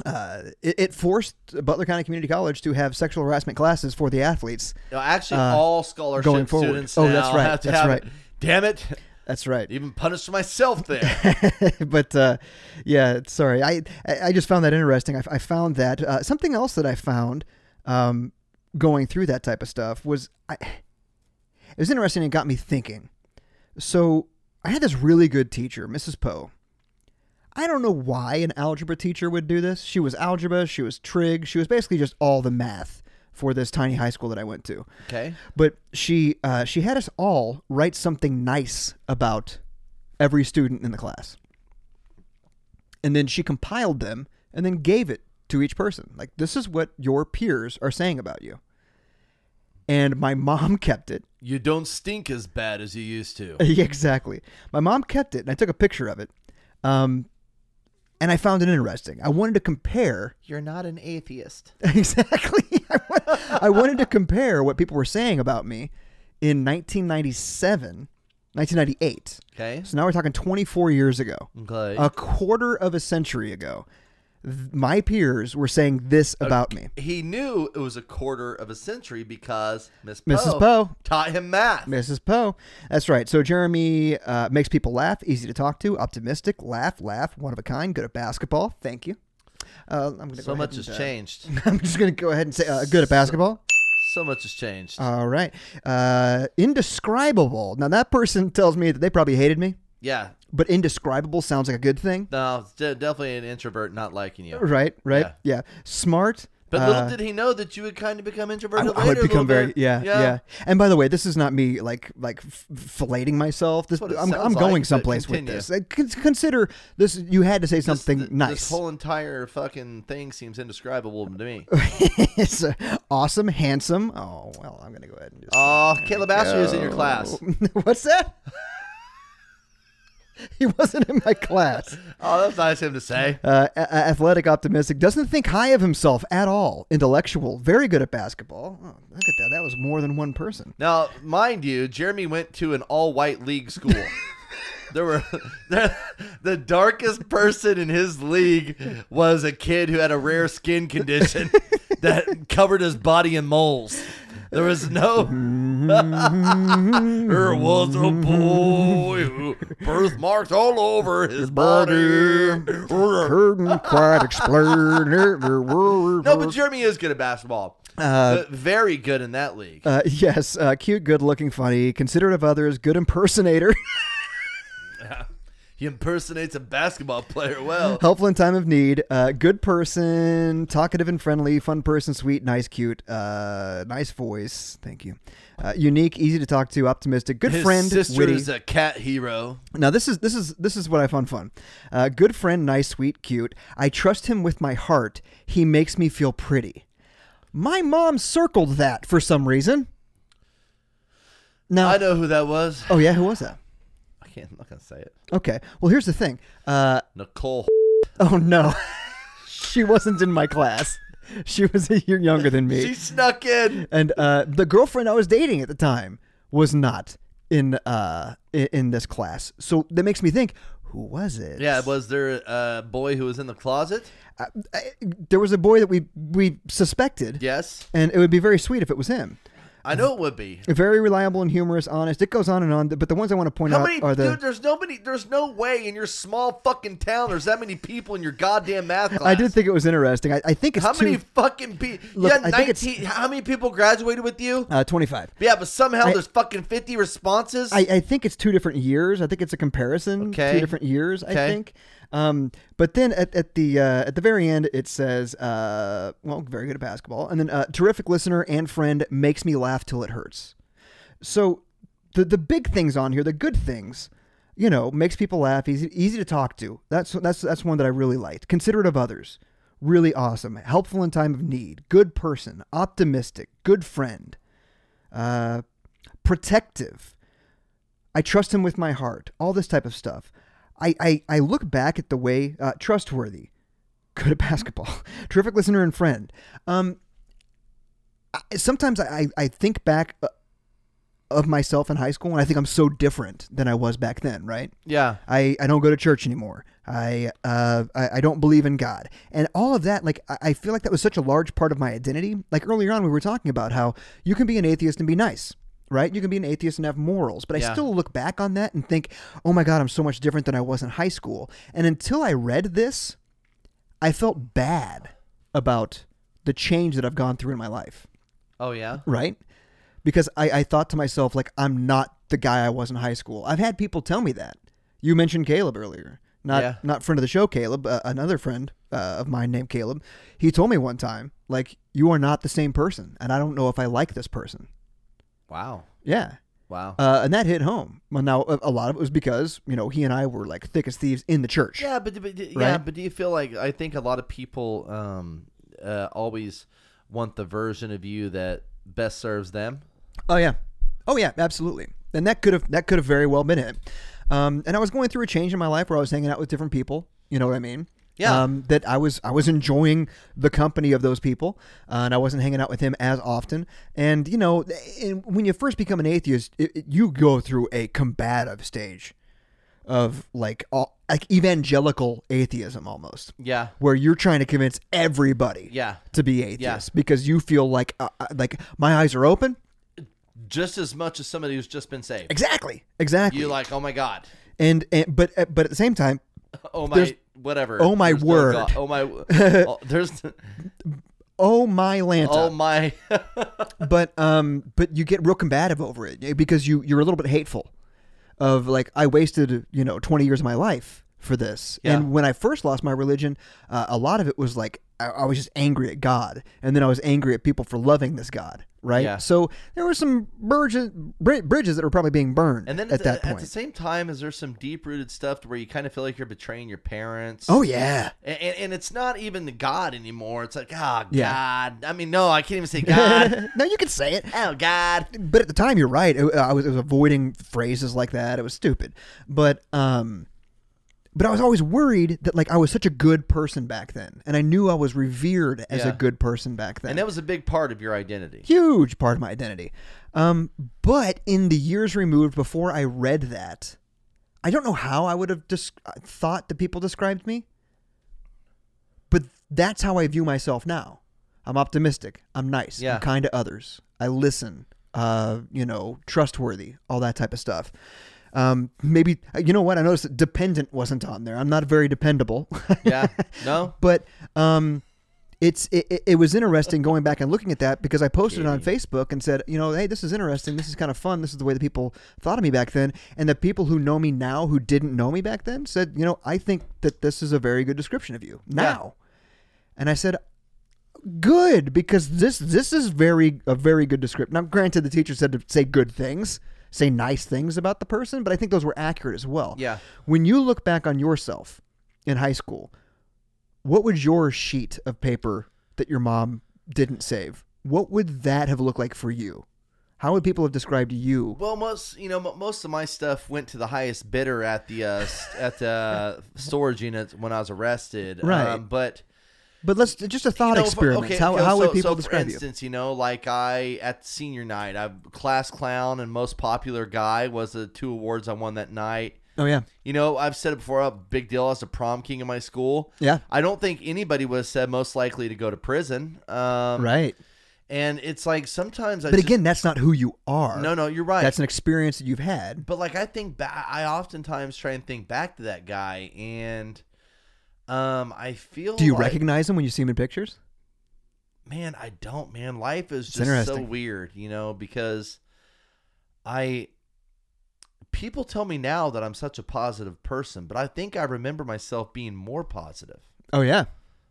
Speaker 2: uh, it, it forced Butler County Community College to have sexual harassment classes for the athletes.
Speaker 1: No, actually, all scholarship
Speaker 2: Uh, going forward.
Speaker 1: students.
Speaker 2: Oh, that's
Speaker 1: now
Speaker 2: right,
Speaker 1: Have to
Speaker 2: that's
Speaker 1: have
Speaker 2: right.
Speaker 1: It. Damn it!
Speaker 2: That's right.
Speaker 1: Even punished myself
Speaker 2: *laughs*
Speaker 1: there.
Speaker 2: but uh, yeah, sorry. I I I just found that interesting. I, I found that uh, something else that I found um, going through that type of stuff was I, it was interesting and got me thinking. So I had this really good teacher, Mrs. Poe. I don't know why an algebra teacher would do this. She was algebra, she was trig, she was basically just all the math for this tiny high school that I went to
Speaker 1: okay.
Speaker 2: but she uh, she had us all write something nice about every student in the class and then she compiled them and then gave it to each person like this is what your peers are saying about you and my *laughs* mom kept it
Speaker 1: You don't stink as bad as you used to.
Speaker 2: yeah, exactly. My mom kept it, and I took a picture of it. Um, and I found it interesting. I wanted to compare. You're not an atheist. *laughs* Exactly. I, wa- I wanted to compare what people were saying about me in 1997, 1998.
Speaker 1: Okay.
Speaker 2: So now we're talking 24 years ago,
Speaker 1: Okay.
Speaker 2: a quarter of a century ago. Th- my peers were saying this about me.
Speaker 1: he knew it was a quarter of a century because Miss
Speaker 2: Mrs. Poe.
Speaker 1: taught him math.
Speaker 2: Mrs. Poe. That's right. So Jeremy uh, makes people laugh, easy to talk to, optimistic, laugh, laugh, one of a kind, good at basketball. Thank you. Uh, I'm gonna
Speaker 1: So
Speaker 2: go
Speaker 1: much
Speaker 2: ahead
Speaker 1: has
Speaker 2: and, uh, *laughs*
Speaker 1: changed.
Speaker 2: I'm just going to go ahead and say uh, good at basketball.
Speaker 1: So much has changed.
Speaker 2: All right. Uh, indescribable. Now that person tells me that they probably hated me,
Speaker 1: yeah.
Speaker 2: but indescribable sounds like a good thing.
Speaker 1: No, it's de- definitely an introvert not liking you.
Speaker 2: Right. Right.
Speaker 1: Yeah.
Speaker 2: Yeah. Smart.
Speaker 1: But little
Speaker 2: uh,
Speaker 1: did he know that you would kind of become
Speaker 2: I,
Speaker 1: introverted
Speaker 2: I
Speaker 1: later.
Speaker 2: would
Speaker 1: a little
Speaker 2: become very
Speaker 1: bit.
Speaker 2: yeah, yeah And by the way, this is not me like like f- filleting myself. This
Speaker 1: what it
Speaker 2: I'm, I'm
Speaker 1: sounds
Speaker 2: going
Speaker 1: like, but
Speaker 2: someplace with
Speaker 1: continue.
Speaker 2: this. Like, con- consider this. You had to say
Speaker 1: This-
Speaker 2: something
Speaker 1: th-
Speaker 2: nice.
Speaker 1: This whole entire fucking thing seems indescribable to me.
Speaker 2: *laughs* it's uh, awesome, handsome. Oh well, I'm gonna go ahead and just.
Speaker 1: Oh, Caleb Astor was in your class.
Speaker 2: *laughs* What's that? *laughs* he wasn't in my class.
Speaker 1: Oh, that's nice of him to say.
Speaker 2: Uh, a- a- athletic, optimistic, doesn't think high of himself at all. Intellectual, very good at basketball. Oh, look at that. That was more than one person.
Speaker 1: Now, mind you, Jeremy went to an all-white league school. *laughs* there were the, the darkest person in his league was *laughs* a kid who had a rare skin condition that covered his body in moles. There was no. *laughs* there was a boy who birthmarks all over his body. no,
Speaker 2: Couldn't quite explain it.
Speaker 1: but Jeremy is good at basketball. Uh, very good in that league.
Speaker 2: Uh, yes, uh, cute, good looking, funny, considerate of others, good impersonator, *laughs*
Speaker 1: He impersonates a basketball player well.
Speaker 2: helpful in time of need, uh, good person, talkative and friendly, fun person, sweet, nice, cute, uh, nice voice. Thank you. Uh, unique, easy to talk to, optimistic, good
Speaker 1: His
Speaker 2: friend,
Speaker 1: sister
Speaker 2: witty.
Speaker 1: is a cat hero.
Speaker 2: Now this is this is this is what I found fun. Uh, good friend, nice, sweet, cute. I trust him with my heart. He makes me feel pretty. My mom circled that for some reason. Now,
Speaker 1: I know who that was.
Speaker 2: oh yeah, who was that?
Speaker 1: I can't. I'm not gonna say it.
Speaker 2: Okay. Well, here's the thing. Uh,
Speaker 1: Nicole.
Speaker 2: oh no, *laughs* she wasn't in my class. She was a year younger than me.
Speaker 1: She snuck in.
Speaker 2: and uh, the girlfriend I was dating at the time was not in uh, i- in this class. So that makes me think, who was it?
Speaker 1: Yeah, was there a boy who was in the closet?
Speaker 2: I, I, there was a boy that we we suspected,
Speaker 1: Yes,
Speaker 2: and it would be very sweet if it was him.
Speaker 1: I know it would be.
Speaker 2: Very reliable and humorous, honest. It goes on and on, but the ones I want to point
Speaker 1: How
Speaker 2: out
Speaker 1: many?
Speaker 2: are the.
Speaker 1: dude, there's no many. There's no way in your small fucking town there's that many people in your goddamn math class.
Speaker 2: I did think it was interesting. I, I think it's
Speaker 1: How
Speaker 2: two,
Speaker 1: many fucking people?
Speaker 2: Look,
Speaker 1: Yeah,
Speaker 2: I think it's-
Speaker 1: nineteen. How many people graduated with you?
Speaker 2: uh, twenty-five.
Speaker 1: Yeah, but somehow
Speaker 2: I-
Speaker 1: there's fucking fifty responses.
Speaker 2: I, I think it's two different years. I think it's a comparison.
Speaker 1: Okay.
Speaker 2: Two different years. I
Speaker 1: Okay.
Speaker 2: think. Um, but then at, at the uh, at the very end, it says, uh, "Well, very good at basketball," and then uh, "terrific listener and friend makes me laugh till it hurts." So the the big things on here, the good things, you know, makes people laugh, easy easy to talk to. That's that's that's one that I really liked. Considerate of others, really awesome, helpful in time of need, good person, optimistic, good friend, uh, protective. I trust him with my heart. All this type of stuff. I I, I look back at the way uh, trustworthy, *laughs* good at basketball, *laughs* terrific listener and friend. Um, I, sometimes I I I think back uh, of myself in high school and I think I'm so different than I was back then. Right.
Speaker 1: yeah,
Speaker 2: I, I don't go to church anymore. I, uh, I I don't believe in God, and all of that. Like I, I feel like that was such a large part of my identity. Like earlier on, we were talking about how you can be an atheist and be nice, right? You can be an atheist and have morals, but I
Speaker 1: Yeah.
Speaker 2: still look back on that and think, oh my God, I'm so much different than I was in high school. And until I read this, I felt bad about the change that I've gone through in my life
Speaker 1: oh yeah.
Speaker 2: right? Because I, I thought to myself, like, I'm not the guy I was in high school. I've had people tell me that. You mentioned Caleb earlier, not
Speaker 1: Yeah.
Speaker 2: not friend of the show, Caleb, uh, another friend uh, of mine named Caleb. He told me one time, like, you are not the same person, and I don't know if I like this person.
Speaker 1: Wow,
Speaker 2: Yeah,
Speaker 1: wow.
Speaker 2: uh, and that hit home. Well, now a a lot of it was because you know he and I were like thick as thieves in the church.
Speaker 1: Yeah, but, but yeah,
Speaker 2: Right?
Speaker 1: but do you feel like I think a lot of people um, uh, always want the version of you that best serves them?
Speaker 2: Oh yeah, oh yeah, absolutely. And that could have that could have very well been it. Um, and I was going through a change in my life where I was hanging out with different people. You know what I mean?
Speaker 1: Yeah.
Speaker 2: Um, that I was I was enjoying the company of those people, uh, and I wasn't hanging out with him as often. And you know, and when you first become an atheist, it, it- you go through a combative stage of like all, like evangelical atheism almost
Speaker 1: Yeah,
Speaker 2: where you're trying to convince everybody
Speaker 1: Yeah.
Speaker 2: to be atheist because you feel like uh, uh, like my eyes are open
Speaker 1: just as much as somebody who's just been saved.
Speaker 2: Exactly. Exactly.
Speaker 1: You like, oh my god,
Speaker 2: and, and but uh, but at the same time,
Speaker 1: oh my
Speaker 2: There's-
Speaker 1: whatever,
Speaker 2: oh my
Speaker 1: There's no
Speaker 2: word.
Speaker 1: God.
Speaker 2: *laughs*
Speaker 1: oh my, oh, there's
Speaker 2: oh my lanta.
Speaker 1: oh my, Oh.
Speaker 2: But um, but you get real combative over it eh, because you you're a little bit hateful, of like I wasted you know 20 years of my life for this.
Speaker 1: Yeah.
Speaker 2: And when I first lost my religion, uh, a lot of it was like I, I was just angry at God, and then I was angry at people for loving this God. Right.
Speaker 1: Yeah.
Speaker 2: So there were some bridges bri- bridges that were probably being burned.
Speaker 1: and then
Speaker 2: at that
Speaker 1: at
Speaker 2: point.
Speaker 1: the same time, is there some deep rooted stuff to where you kind of feel like you're betraying your parents?
Speaker 2: oh yeah.
Speaker 1: And, and, and it's not even the God anymore. It's like, oh,
Speaker 2: Yeah.
Speaker 1: God. I mean, no, I can't even say God.
Speaker 2: *laughs* no, you can say it.
Speaker 1: oh, God.
Speaker 2: but at the time you're right It- i was, I was avoiding phrases like that it was stupid but um but i was always worried that like i was such a good person back then and i knew i was revered as a
Speaker 1: Yeah.
Speaker 2: good person back then
Speaker 1: And that was a big part of your identity.
Speaker 2: *laughs* huge part of my identity um but in the years removed before i read that i don't know how i would have dis- thought that people described me but that's how i view myself now i'm optimistic i'm nice
Speaker 1: Yeah.
Speaker 2: i'm kind to others I listen, uh, you know, trustworthy, all that type of stuff. Um, maybe you know what I noticed. that Dependent wasn't on there. I'm not very dependable. *laughs*
Speaker 1: Yeah. No.
Speaker 2: but um, it's it, it- it was interesting going back and looking at that because I posted it on Facebook and said, you know, hey, this is interesting. This is kind of fun. This is the way that people thought of me back then, and the people who know me now who didn't know me back then said, you know, I think that this is a very good description of you now. And I said, good because this this is very a very good description. Now, granted, the teacher said to say good things, say nice things about the person, but I think those were accurate as well.
Speaker 1: Yeah.
Speaker 2: When you look back on yourself in high school, what would your sheet of paper that your mom didn't save? What would that have looked like for you? How would people have described you?
Speaker 1: Well, most you know, mo- most of my stuff went to the highest bidder at the uh, s- at the storage unit when I was arrested.
Speaker 2: Right.
Speaker 1: Um, but
Speaker 2: But let's just a thought
Speaker 1: No, for-
Speaker 2: experiment.
Speaker 1: okay,
Speaker 2: how
Speaker 1: okay,
Speaker 2: how
Speaker 1: so-
Speaker 2: would people
Speaker 1: so
Speaker 2: describe
Speaker 1: for
Speaker 2: you?
Speaker 1: instance, you know, like I at senior night, I class clown and most popular guy was the two awards I won that night.
Speaker 2: Oh yeah,
Speaker 1: You know, I've said it before. A big deal as a prom king in my school.
Speaker 2: Yeah.
Speaker 1: I don't think anybody would have said most likely to go to prison. Um,
Speaker 2: right.
Speaker 1: And it's like sometimes I.
Speaker 2: But
Speaker 1: just-
Speaker 2: again, that's not who you are.
Speaker 1: no, no, you're right.
Speaker 2: That's an experience that you've had.
Speaker 1: but like I think back, I oftentimes try and think back to that guy, and um, I feel.
Speaker 2: Do you
Speaker 1: like-
Speaker 2: recognize him when you see him in pictures?
Speaker 1: Man, I don't. Man, life is just so
Speaker 2: interesting.
Speaker 1: weird, you know, because I people tell me now that I'm such a positive person, but I think I remember myself being more positive.
Speaker 2: Oh yeah.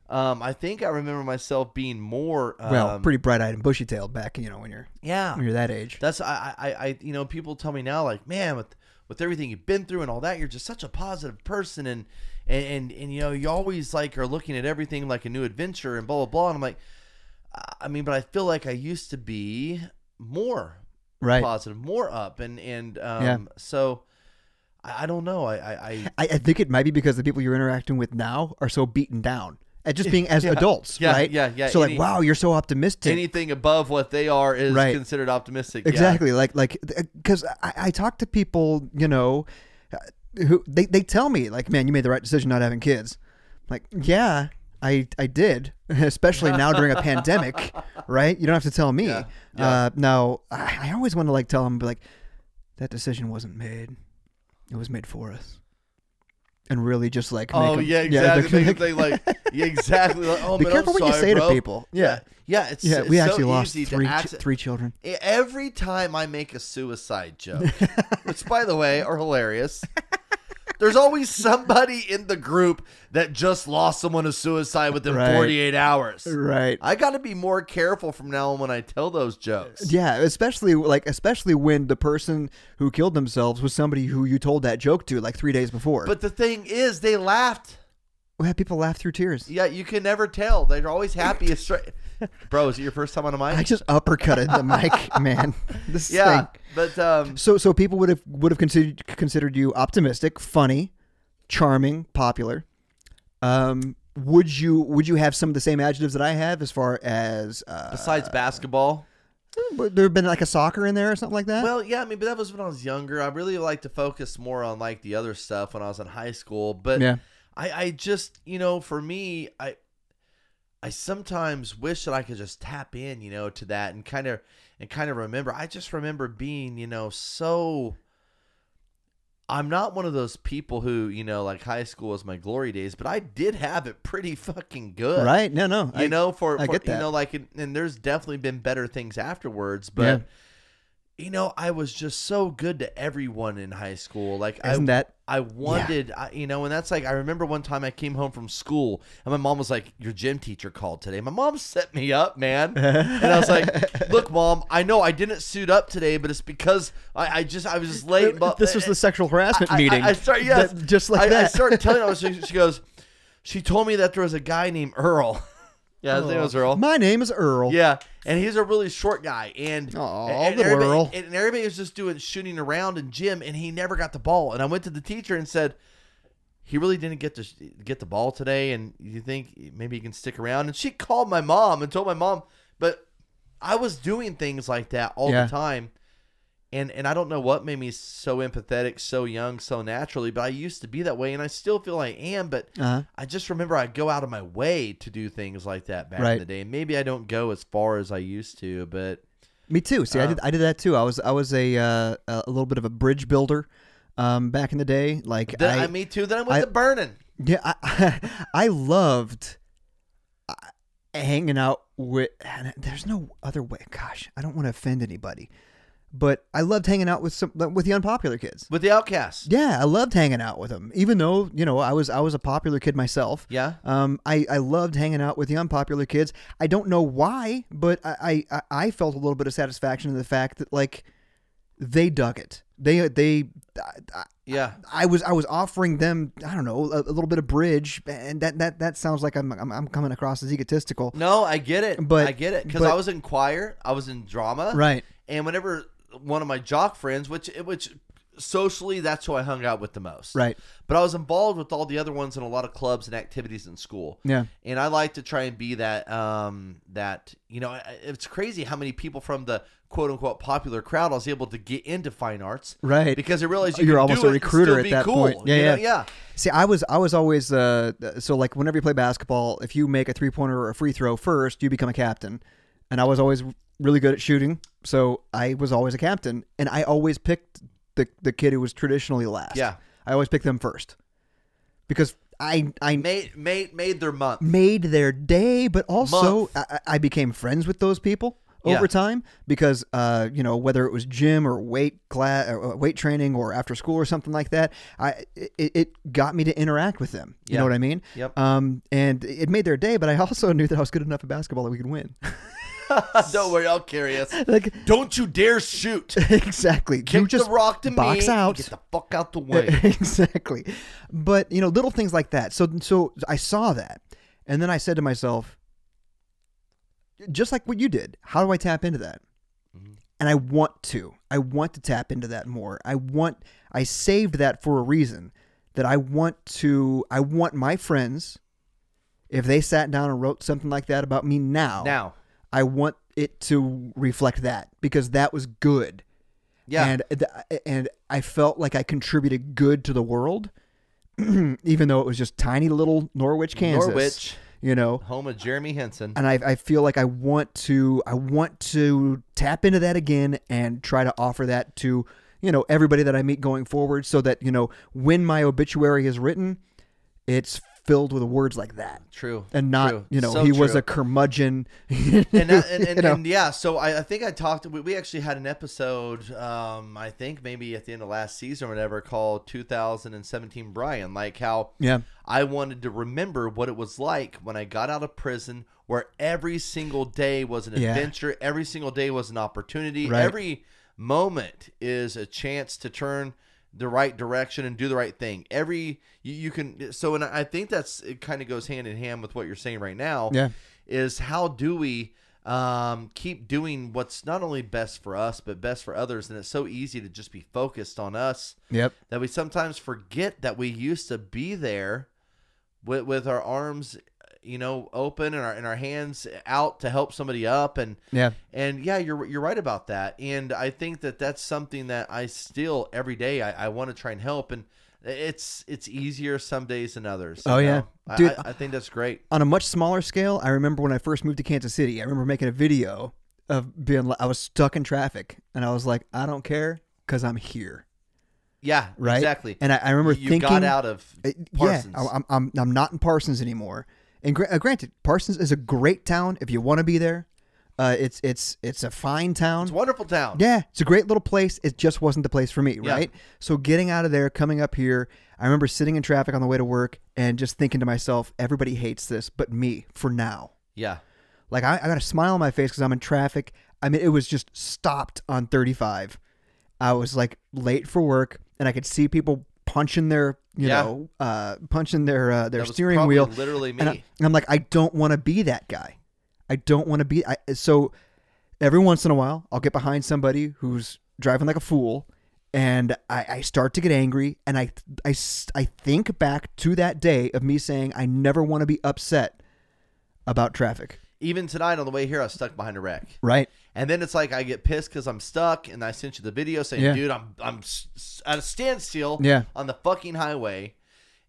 Speaker 1: Um, I think I remember myself being more. Um,
Speaker 2: Well, pretty bright-eyed and bushy-tailed back, you know, when you're
Speaker 1: Yeah,
Speaker 2: when you're that age.
Speaker 1: that's I, I, I- I, you know, people tell me now, like, man, with with everything you've been through and all that, you're just such a positive person, and and and, and you know, you always like are looking at everything like a new adventure and blah blah blah. And I'm like, I- I mean, but I feel like I used to be more
Speaker 2: Right.
Speaker 1: positive, more up, and and um,
Speaker 2: Yeah.
Speaker 1: so I, I don't know, I, I, I
Speaker 2: I, I think it might be because the people you're interacting with now are so beaten down at just being as adults,
Speaker 1: Yeah,
Speaker 2: right?
Speaker 1: yeah, yeah.
Speaker 2: So
Speaker 1: Any-
Speaker 2: like, wow, you're so optimistic.
Speaker 1: anything above what they are is
Speaker 2: Right.
Speaker 1: considered optimistic. Yeah.
Speaker 2: exactly. Like like because I, I talk to people, you know, uh, who they, they tell me like, man, you made the right decision not having kids. Like, yeah, I I did, *laughs* especially now during a
Speaker 1: *laughs*
Speaker 2: pandemic, right? You don't have to tell me. Uh, now I, I always want to like tell them, but like, that decision wasn't made; it was made for us. And really, just like make
Speaker 1: Oh
Speaker 2: 'em- *laughs*
Speaker 1: yeah,
Speaker 2: they're-
Speaker 1: exactly. They-
Speaker 2: they're-
Speaker 1: they, like,
Speaker 2: *laughs*
Speaker 1: yeah, exactly. Like, oh,
Speaker 2: Be
Speaker 1: man,
Speaker 2: careful
Speaker 1: I'm
Speaker 2: what you
Speaker 1: sorry,
Speaker 2: say to
Speaker 1: bro.
Speaker 2: people. Yeah.
Speaker 1: yeah. It's,
Speaker 2: yeah,
Speaker 1: it's
Speaker 2: we
Speaker 1: so
Speaker 2: actually lost
Speaker 1: easy to
Speaker 2: three
Speaker 1: acc-
Speaker 2: ch- three children.
Speaker 1: Every time I make a suicide
Speaker 2: *laughs*
Speaker 1: joke, which by the way are hilarious, there's always somebody in the group that just lost someone to suicide within
Speaker 2: Right.
Speaker 1: 48 hours.
Speaker 2: Right.
Speaker 1: I got to be more careful from now on when I tell those jokes.
Speaker 2: Yeah, especially like especially when the person who killed themselves was somebody who you told that joke to like three days before.
Speaker 1: But the thing is, they laughed.
Speaker 2: we had people laugh through tears.
Speaker 1: Yeah, you can never tell. They're always happy as straight. *laughs* Bro, is it your first time on a
Speaker 2: I
Speaker 1: mic?
Speaker 2: just uppercutted
Speaker 1: *laughs*
Speaker 2: the mic, man. This
Speaker 1: Yeah,
Speaker 2: thing.
Speaker 1: but um,
Speaker 2: So so people would have would have considered considered you optimistic, funny, charming, popular. Um, would you would you have some of the same adjectives that I have as far as uh,
Speaker 1: besides basketball,
Speaker 2: would there have been like a soccer in there or something like that?
Speaker 1: Well, yeah, I mean, but that was when I was younger. I really liked to focus more on like the other stuff when I was in high school. But
Speaker 2: Yeah.
Speaker 1: I, I just, you know, for me, I, I sometimes wish that I could just tap in, you know, to that and kind of, and kind of remember. I just remember being, you know, so. I'm not one of those people who, you know, like high school was my glory days, but I did have it pretty fucking good
Speaker 2: right? No, no.
Speaker 1: uh, you
Speaker 2: I-
Speaker 1: know for,
Speaker 2: I
Speaker 1: for
Speaker 2: get
Speaker 1: you
Speaker 2: that.
Speaker 1: know like and, and there's definitely been better things afterwards but you know i was just so good to everyone in high school like
Speaker 2: Isn't
Speaker 1: i
Speaker 2: that-
Speaker 1: i wanted I, you know and that's like i remember one time i came home from school and my mom was like your gym teacher called today my mom set me up man and i was
Speaker 2: *laughs*
Speaker 1: like look mom i know i didn't suit up today but it's because i, I just i was just late Mom."
Speaker 2: *laughs* this was the sexual harassment
Speaker 1: uh, I- I-
Speaker 2: meeting.
Speaker 1: I, start, yes,
Speaker 2: That- just like
Speaker 1: I,
Speaker 2: that.
Speaker 1: I started telling
Speaker 2: *laughs*
Speaker 1: her. She, she goes, she told me that there was a guy named Earl. *laughs* yeah, his name was Earl.
Speaker 2: My name is Earl.
Speaker 1: yeah, and he's a really short guy, and
Speaker 2: Aw,
Speaker 1: and
Speaker 2: little
Speaker 1: everybody,
Speaker 2: Earl.
Speaker 1: and everybody was just doing shooting around in gym, and he never got the ball. And I went to the teacher and said. He really didn't get to sh- get the ball today, and you think maybe he can stick around? And she called my mom and told my mom, but I was doing things like that all
Speaker 2: Yeah.
Speaker 1: the time, and and I don't know what made me so empathetic, so young, so naturally, but I used to be that way, and I still feel I am. But
Speaker 2: Uh-huh.
Speaker 1: I just remember I go out of my way to do things like that back in
Speaker 2: Right.
Speaker 1: the day. Maybe I don't go as far as I used to, but
Speaker 2: Me too. See, I did. I did that too. I was. I was a uh, a little bit of a bridge builder, um, back in the day. Like
Speaker 1: That,
Speaker 2: I,
Speaker 1: I, me too. Then I went
Speaker 2: I-
Speaker 1: to burning.
Speaker 2: yeah, I, *laughs* I loved uh, hanging out with. and There's no other way. Gosh, I don't want to offend anybody, but I loved hanging out with some with the unpopular kids.
Speaker 1: with the outcasts.
Speaker 2: Yeah, I loved hanging out with them, even though you know I was I was a popular kid myself.
Speaker 1: Yeah.
Speaker 2: Um, I, I loved hanging out with the unpopular kids. I don't know why, but I, I, I felt a little bit of satisfaction in the fact that like they dug it. They they I,
Speaker 1: Yeah.
Speaker 2: I was I was offering them I don't know a, a little bit of bridge, and that that that sounds like I'm I'm, I'm coming across as egotistical.
Speaker 1: No, I get it.
Speaker 2: But-
Speaker 1: I get it because
Speaker 2: but-
Speaker 1: I was in choir, I was in drama,
Speaker 2: Right.
Speaker 1: And whenever one of my jock friends, which which socially that's who I hung out with the most,
Speaker 2: Right.
Speaker 1: But I was involved with all the other ones in a lot of clubs and activities in school.
Speaker 2: Yeah.
Speaker 1: and I like to try and be that. Um, that you know, I- I- it's crazy how many people from the quote unquote popular crowd I was able to get into fine arts,
Speaker 2: Right.
Speaker 1: Because I realized you
Speaker 2: You're
Speaker 1: can
Speaker 2: almost
Speaker 1: do
Speaker 2: a
Speaker 1: it and
Speaker 2: recruiter
Speaker 1: still
Speaker 2: at
Speaker 1: be
Speaker 2: that
Speaker 1: cool,
Speaker 2: point. Yeah,
Speaker 1: you know?
Speaker 2: yeah,
Speaker 1: yeah.
Speaker 2: See, I was I was always uh so like whenever you play basketball, if you make a three pointer or a free throw first, you become a captain. And I was always really good at shooting, so I was always a captain, and I always picked the the kid who was traditionally last.
Speaker 1: Yeah.
Speaker 2: I always picked them first because I I
Speaker 1: Made made made their month. *laughs*
Speaker 2: made their day, but also
Speaker 1: Month.
Speaker 2: I, I- I became friends with those people over
Speaker 1: Yeah.
Speaker 2: time because uh, you know whether it was gym or weight class or uh, weight training or after school or something like that, I it, it got me to interact with them. You
Speaker 1: Yeah.
Speaker 2: know what I mean?
Speaker 1: Yep.
Speaker 2: Um, and it made their day, but I also *laughs* knew that I was good enough at basketball that we could win. *laughs*
Speaker 1: Don't worry, I'll carry us.
Speaker 2: like
Speaker 1: Don't you dare shoot.
Speaker 2: exactly,
Speaker 1: Kick
Speaker 2: you just
Speaker 1: the rock to
Speaker 2: box
Speaker 1: me. and
Speaker 2: out.
Speaker 1: Get the fuck out the
Speaker 2: *laughs*
Speaker 1: way.
Speaker 2: exactly. But you know, little things like that. So so I saw that, and then I said to myself, just like what you did, how do I tap into that? And I want to. I want to tap into that more. I want. I saved that for a reason. That I want to. I want my friends, if they sat down and wrote something like that about me now,
Speaker 1: now,
Speaker 2: I want it to reflect that because that was good
Speaker 1: yeah,
Speaker 2: and th- and I felt like I contributed good to the world, *clears throat* even though it was just tiny little Norwich, Kansas.
Speaker 1: Norwich.
Speaker 2: you know.
Speaker 1: home of Jeremy Henson.
Speaker 2: And I, I feel like I want to I want to tap into that again and try to offer that to you know everybody that I meet going forward, so that you know when my obituary is written, it's filled with words like that.
Speaker 1: True,
Speaker 2: And not,
Speaker 1: true.
Speaker 2: you know,
Speaker 1: So
Speaker 2: he was
Speaker 1: true.
Speaker 2: a curmudgeon. *laughs*
Speaker 1: and, that- and, and,
Speaker 2: you know.
Speaker 1: and yeah, so I, I think I talked. We, we actually had an episode, um, I think maybe at the end of last season or whatever, called 2017 Brian. Like how
Speaker 2: Yeah.
Speaker 1: I wanted to remember what it was like when I got out of prison, where every single day was an
Speaker 2: Yeah.
Speaker 1: adventure, every single day was an opportunity,
Speaker 2: Right.
Speaker 1: every moment is a chance to turn the right direction and do the right thing. Every you, you can so and I think that's it kind of goes hand in hand with what you're saying right now
Speaker 2: Yeah.
Speaker 1: is how do we um, keep doing what's not only best for us but best for others and it's so easy to just be focused on us
Speaker 2: Yep.
Speaker 1: that we sometimes forget that we used to be there with, with our arms you know open and our, and our hands out to help somebody up and
Speaker 2: Yeah.
Speaker 1: and yeah you're, you're right about that and i think that that's something that i still every day i, I want to try and help and it's it's easier some days than others you
Speaker 2: Oh, yeah.
Speaker 1: know? I-
Speaker 2: Dude,
Speaker 1: I, I think that's great
Speaker 2: on a much smaller scale, I remember when I first moved to Kansas City, I remember making a video of being like, I was stuck in traffic and I was like, I don't care because I'm here.
Speaker 1: yeah
Speaker 2: Right.
Speaker 1: exactly
Speaker 2: And I, I remember
Speaker 1: you
Speaker 2: thinking,
Speaker 1: got out of
Speaker 2: Uh,
Speaker 1: Parsons.
Speaker 2: Yeah, I- I'm, I'm, I'm not in Parsons anymore. And gra- uh, granted, Parsons is a great town if you want to be there. Uh, it's, it's, it's a fine town.
Speaker 1: It's a wonderful town.
Speaker 2: Yeah, it's a great little place. It just wasn't the place for me, right? So getting out of there, coming up here, I remember sitting in traffic on the way to work and just thinking to myself, everybody hates this, but me for now.
Speaker 1: Yeah.
Speaker 2: Like I, I got a smile on my face because I'm in traffic. I mean, it was just stopped on 35. I was like late for work, and I could see people punching their, you
Speaker 1: Yeah.
Speaker 2: know, uh, punching their uh, their
Speaker 1: That was
Speaker 2: steering
Speaker 1: probably
Speaker 2: wheel.
Speaker 1: literally
Speaker 2: And, I,
Speaker 1: me.
Speaker 2: am like, I don't want to be that guy. I don't want to be. I, so every once in a while, I'll get behind somebody who's driving like a fool, and I, I start to get angry, and I, I s- I think back to that day of me saying I never want to be upset about traffic.
Speaker 1: Even tonight on the way here, I was stuck behind a wreck.
Speaker 2: Right.
Speaker 1: And then it's like I get pissed because I'm stuck, and I sent you the video saying,
Speaker 2: Yeah.
Speaker 1: "Dude, I'm I'm s- s- at a standstill
Speaker 2: Yeah.
Speaker 1: on the fucking highway."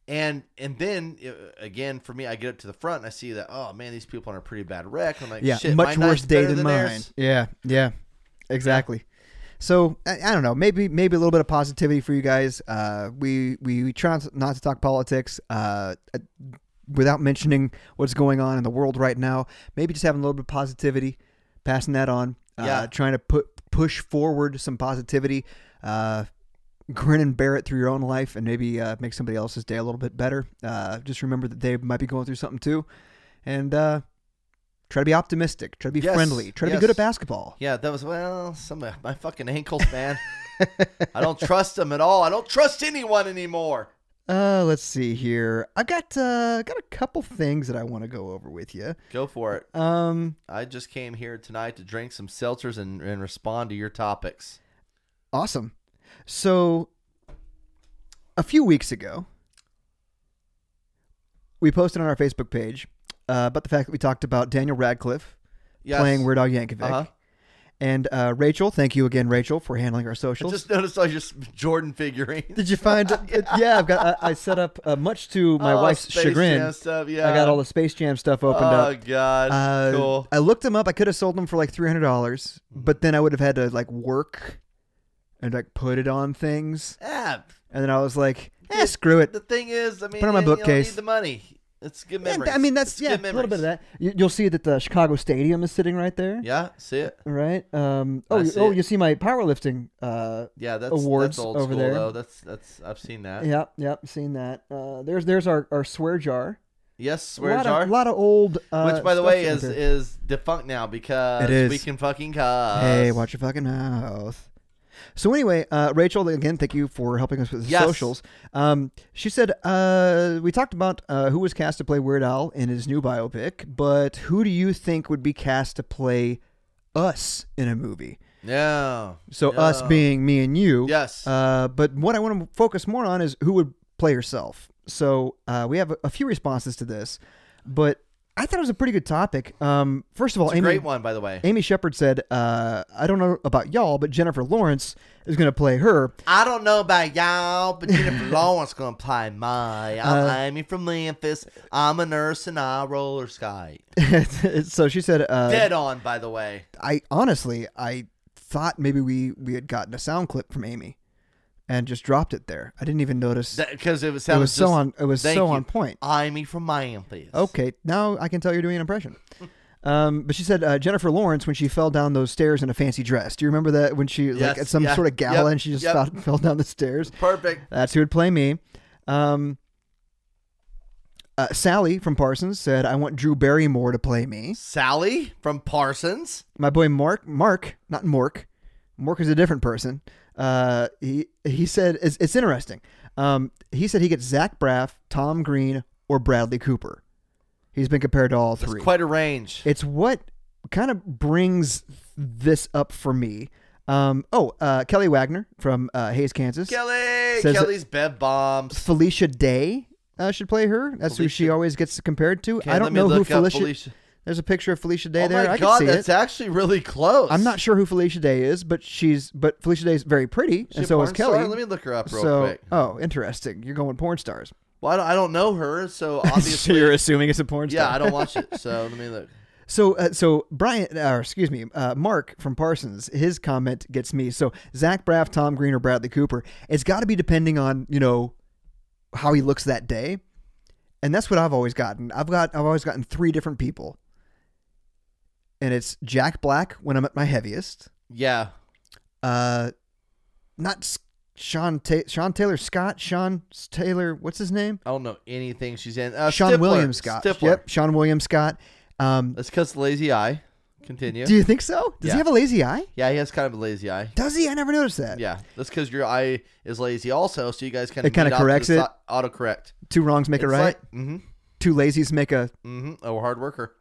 Speaker 1: And and then uh, again for me, I get up to the front and I see that oh man, these people are in a pretty bad wreck. I'm like,
Speaker 2: Yeah.
Speaker 1: shit,
Speaker 2: Much
Speaker 1: my
Speaker 2: worse
Speaker 1: night's
Speaker 2: day
Speaker 1: better
Speaker 2: than,
Speaker 1: than,
Speaker 2: mine.
Speaker 1: theirs."
Speaker 2: Yeah. Yeah. Exactly. So I, I don't know. Maybe maybe a little bit of positivity for you guys. Uh, we we we try not to, not to talk politics. Uh, uh, without mentioning what's going on in the world right now. Maybe just having a little bit of positivity, passing that on.
Speaker 1: Yeah.
Speaker 2: Uh, trying to put push forward some positivity. Uh, grin and bear it through your own life, and maybe uh, make somebody else's day a little bit better. Uh, just remember that they might be going through something too, and uh, try to be optimistic. Try to be
Speaker 1: Yes,
Speaker 2: friendly. Try to be good at
Speaker 1: yes.
Speaker 2: basketball.
Speaker 1: Yeah, that was well. Some of my fucking ankles,
Speaker 2: *laughs*
Speaker 1: man. I don't trust them at all. I don't trust anyone anymore.
Speaker 2: Uh, let's see here. I got uh, got a couple things that I want to go over with you.
Speaker 1: Go for it.
Speaker 2: Um,
Speaker 1: I just came here tonight to drink some seltzers and, and respond to your topics.
Speaker 2: awesome. So, a few weeks ago, we posted on our Facebook page uh, about the fact that we talked about Daniel Radcliffe
Speaker 1: Yes.
Speaker 2: playing Weird Al Yankovic,
Speaker 1: Uh-huh.
Speaker 2: and uh, Rachel. Thank you again, Rachel, for handling our
Speaker 1: I
Speaker 2: socials.
Speaker 1: just noticed all your s- Jordan figurines.
Speaker 2: Did
Speaker 1: *laughs*
Speaker 2: you find? yeah, I've got. I, I set up uh, much to *laughs* my
Speaker 1: Oh,
Speaker 2: wife's
Speaker 1: Space
Speaker 2: chagrin.
Speaker 1: Jam stuff, yeah.
Speaker 2: I got all the Space Jam stuff opened up.
Speaker 1: Uh, Oh god,
Speaker 2: Uh,
Speaker 1: cool. Mm-hmm.
Speaker 2: I looked them up. I could have sold them for like three hundred dollars, but then I would have had to like work and like put it on things,
Speaker 1: Ah,
Speaker 2: and then I was like, eh, screw it.
Speaker 1: the thing is, I mean,
Speaker 2: on my
Speaker 1: you- you don't
Speaker 2: bookcase.
Speaker 1: need the money. It's good
Speaker 2: Yeah,
Speaker 1: memories.
Speaker 2: I mean, that's
Speaker 1: It's
Speaker 2: yeah, a
Speaker 1: good
Speaker 2: little bit of
Speaker 1: memories.
Speaker 2: that. You, you'll see that the Chicago Stadium is sitting right there.
Speaker 1: Yeah, see it.
Speaker 2: Right. Um. Oh.
Speaker 1: I
Speaker 2: you-
Speaker 1: see
Speaker 2: Oh.
Speaker 1: it.
Speaker 2: You see my powerlifting. Uh.
Speaker 1: Yeah, that's
Speaker 2: Awards
Speaker 1: that's old
Speaker 2: over
Speaker 1: school
Speaker 2: there.
Speaker 1: though. That's that's I've seen that.
Speaker 2: Yep. Yep. Seen that. Uh. There's there's our, our swear jar.
Speaker 1: Yes,
Speaker 2: a
Speaker 1: swear
Speaker 2: lot
Speaker 1: jar.
Speaker 2: Of, a lot of old. Uh,
Speaker 1: which, by the
Speaker 2: stuff
Speaker 1: way,
Speaker 2: in
Speaker 1: is
Speaker 2: there.
Speaker 1: is defunct now because
Speaker 2: It is.
Speaker 1: we can fucking cuss.
Speaker 2: Hey, watch your fucking mouth. So anyway, uh, Rachel, again, thank you for helping us with the
Speaker 1: Yes.
Speaker 2: socials. Um, she said uh, we talked about uh, who was cast to play Weird Al in his new biopic, but who do you think would be cast to play us in a movie?
Speaker 1: Yeah.
Speaker 2: So us
Speaker 1: Yeah.
Speaker 2: being me and you.
Speaker 1: Yes.
Speaker 2: Uh, but what I want to focus more on is who would play herself. So uh, we have a, a few responses to this, but I thought it was a pretty good topic. Um, first of all,
Speaker 1: It's a
Speaker 2: Amy,
Speaker 1: great one, by the way.
Speaker 2: Amy Shepard said, uh, I don't know about y'all, but Jennifer Lawrence is going to play her. *laughs*
Speaker 1: I don't know about y'all, but Jennifer Lawrence gonna play my. I'm
Speaker 2: Uh,
Speaker 1: Amy from Memphis. I'm a nurse and I roller skate.
Speaker 2: so she said, uh,
Speaker 1: Dead on, by the way.
Speaker 2: I honestly, I thought maybe we, we had gotten a sound clip from Amy and just dropped it there. I didn't even notice.
Speaker 1: Because it was
Speaker 2: it
Speaker 1: that
Speaker 2: was so
Speaker 1: just-
Speaker 2: on, it was
Speaker 1: thank
Speaker 2: so Oh.
Speaker 1: you.
Speaker 2: on point.
Speaker 1: Amy from Memphis.
Speaker 2: Okay, now I can tell you're doing an
Speaker 1: *laughs*
Speaker 2: impression. Um, but she said uh, Jennifer Lawrence when she fell down those stairs in a fancy dress. Do you remember that when she like
Speaker 1: Yes,
Speaker 2: at some
Speaker 1: yeah,
Speaker 2: sort of gala
Speaker 1: yep,
Speaker 2: and she just
Speaker 1: yep.
Speaker 2: fell, fell down the stairs?
Speaker 1: Perfect.
Speaker 2: That's who would play me. Um, uh, Sally from Parsons said, "I want Drew Barrymore to play me."
Speaker 1: Sally from Parsons.
Speaker 2: My boy Mark, Mark, not Mork. Mork is a different person. Uh, he he said it's, it's interesting. Um, he said he gets Zach Braff, Tom Green, or Bradley Cooper. He's been compared to all
Speaker 1: That's
Speaker 2: three.
Speaker 1: quite a range.
Speaker 2: It's what kind of brings this up for me. Um, oh, uh, Kelly Wagner from uh, Hayes, Kansas.
Speaker 1: Kelly.
Speaker 2: Says-
Speaker 1: Kelly's bev bombs.
Speaker 2: Felicia Day uh, should play her. That's who she
Speaker 1: Felicia-
Speaker 2: always gets compared to.
Speaker 1: Okay,
Speaker 2: I
Speaker 1: let
Speaker 2: don't
Speaker 1: me
Speaker 2: know who
Speaker 1: look up
Speaker 2: Felicia, There's a picture of Felicia Day
Speaker 1: Oh
Speaker 2: there.
Speaker 1: my
Speaker 2: I
Speaker 1: god,
Speaker 2: can see
Speaker 1: that's
Speaker 2: it.
Speaker 1: actually really close.
Speaker 2: I'm not sure who Felicia Day is, but she's but Felicia Day is very pretty,
Speaker 1: She
Speaker 2: and
Speaker 1: a
Speaker 2: so
Speaker 1: porn
Speaker 2: is Kelly.
Speaker 1: Star? Let me look her up real
Speaker 2: so,
Speaker 1: quick.
Speaker 2: oh, interesting. You're going porn stars. *laughs*
Speaker 1: Well, I don't, I don't know her, so obviously,
Speaker 2: assuming it's a porn
Speaker 1: yeah,
Speaker 2: *laughs*
Speaker 1: I don't watch it. So let me look.
Speaker 2: So, uh, so Brian, or excuse me, uh, Mark from Parsons, his comment gets me. So, Zach Braff, Tom Green, or Bradley Cooper, it's got to be depending on you know how he looks that day, and that's what I've always gotten. I've got, I've always gotten three different people, and it's Jack Black when I'm at my heaviest,
Speaker 1: Yeah,
Speaker 2: uh, not S- Sean Ta- Sean Taylor Scott, Sean S- Taylor, what's his name?
Speaker 1: I don't know anything she's in. Uh,
Speaker 2: Sean
Speaker 1: Stifler.
Speaker 2: Williams Scott.
Speaker 1: Stifler.
Speaker 2: Yep, Sean Williams Scott. Um,
Speaker 1: That's because lazy eye. Continue.
Speaker 2: do you think so? Does
Speaker 1: Yeah.
Speaker 2: he have a lazy eye?
Speaker 1: yeah, he has kind of a lazy eye.
Speaker 2: Does he? I never noticed that.
Speaker 1: Yeah, that's because your eye is lazy also, so you guys kind of
Speaker 2: It kinda corrects it.
Speaker 1: Auto correct.
Speaker 2: Two wrongs make a right.
Speaker 1: mm-hmm.
Speaker 2: Two lazies make a.
Speaker 1: Mm-hmm. Oh, hard worker.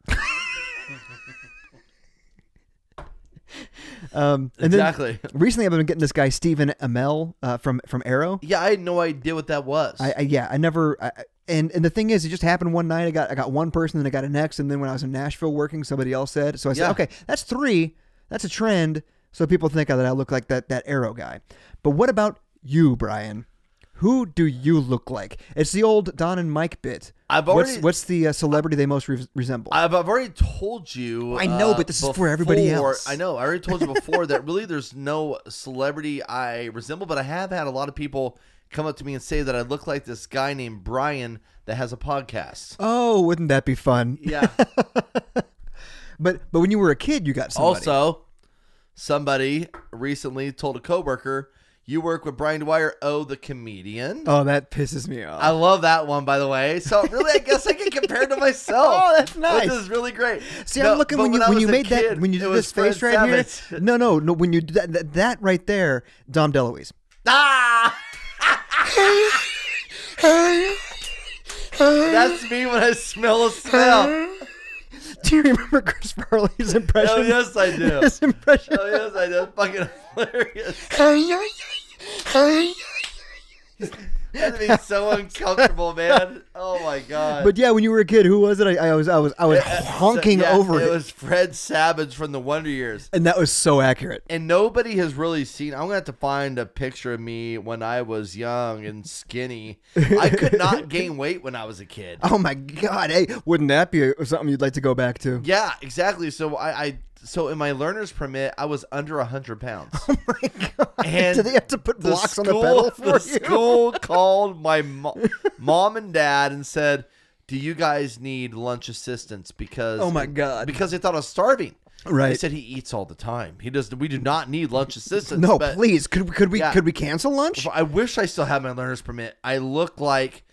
Speaker 2: Um, and then
Speaker 1: Exactly.
Speaker 2: recently, I've been getting this guy Stephen Amell uh, from from Arrow.
Speaker 1: yeah, I had no idea what that was.
Speaker 2: I, I yeah, I never. I, I- and and the thing is, it just happened one night. I got I got one person, then I got a next, and then when I was in Nashville working, somebody else said. So I said,
Speaker 1: Yeah.
Speaker 2: okay, that's three. That's a trend. So people think that I look like that that Arrow guy. But what about you, Brian? Who do you look like? It's the old Don and Mike bit.
Speaker 1: I've already-
Speaker 2: what's, what's the uh, celebrity they most re- resemble?
Speaker 1: I've, I've already told you. uh,
Speaker 2: I know, but this is for everybody
Speaker 1: before-
Speaker 2: else.
Speaker 1: I know. I already
Speaker 2: *laughs*
Speaker 1: told you before that really there's no celebrity I resemble, but I have had a lot of people come up to me and say that I look like this guy named Brian that has a podcast.
Speaker 2: oh, wouldn't that be fun? *laughs*
Speaker 1: Yeah.
Speaker 2: But but when you were a kid, you got somebody.
Speaker 1: also, somebody recently told a coworker, "You work with Brian Dwyer, oh the comedian."
Speaker 2: oh, that pisses me off.
Speaker 1: I love that one, by the way. So really, I guess I can compare
Speaker 2: *laughs*
Speaker 1: it to myself.
Speaker 2: Oh, that's nice.
Speaker 1: Which is really great.
Speaker 2: See,
Speaker 1: No,
Speaker 2: I'm looking
Speaker 1: but
Speaker 2: when you
Speaker 1: I
Speaker 2: when
Speaker 1: was
Speaker 2: you
Speaker 1: a
Speaker 2: made that
Speaker 1: kid,
Speaker 2: when you
Speaker 1: it
Speaker 2: did
Speaker 1: was
Speaker 2: this face
Speaker 1: Fred
Speaker 2: right here.
Speaker 1: Savage.
Speaker 2: *laughs* No, no, no. When you did that, that, that right there, Dom DeLuise. *laughs*
Speaker 1: Ah! *laughs* That's me when I smell a
Speaker 2: *laughs*
Speaker 1: smell.
Speaker 2: Do you remember Chris Farley's
Speaker 1: *laughs*
Speaker 2: impression?
Speaker 1: Oh yes, I do.
Speaker 2: *laughs* His impression.
Speaker 1: Oh yes, I do. Fucking
Speaker 2: *laughs*
Speaker 1: hilarious. That made me so uncomfortable, man. Oh my god.
Speaker 2: But yeah, when you were a kid, who was it? I, I was I was I was honking
Speaker 1: So, *laughs* yeah,
Speaker 2: over it,
Speaker 1: It was Fred Savage from the Wonder Years.
Speaker 2: and that was so accurate.
Speaker 1: and nobody has really seen. I'm gonna have to find a picture of me when I was young and skinny. I could
Speaker 2: *laughs*
Speaker 1: not gain weight when I was a kid.
Speaker 2: Oh my god! Hey, wouldn't that be a- something you'd like to go back to?
Speaker 1: Yeah, exactly. So I, I so in my learner's permit, I was under hundred pounds.
Speaker 2: Oh my god!
Speaker 1: And
Speaker 2: Do they have to put
Speaker 1: the
Speaker 2: blocks on the
Speaker 1: school- *laughs*
Speaker 2: pedal for
Speaker 1: the
Speaker 2: you? *laughs*
Speaker 1: School called my mo- mom and dad and said, "Do you guys need lunch assistance?" Because
Speaker 2: Oh my God.
Speaker 1: because they thought I was starving. They
Speaker 2: Right.
Speaker 1: said he eats all the time. He does. We do not need lunch assistance.
Speaker 2: No,
Speaker 1: but-
Speaker 2: please. Could could we
Speaker 1: Yeah.
Speaker 2: could we cancel lunch?
Speaker 1: Well, I wish I still had my learner's permit. I look like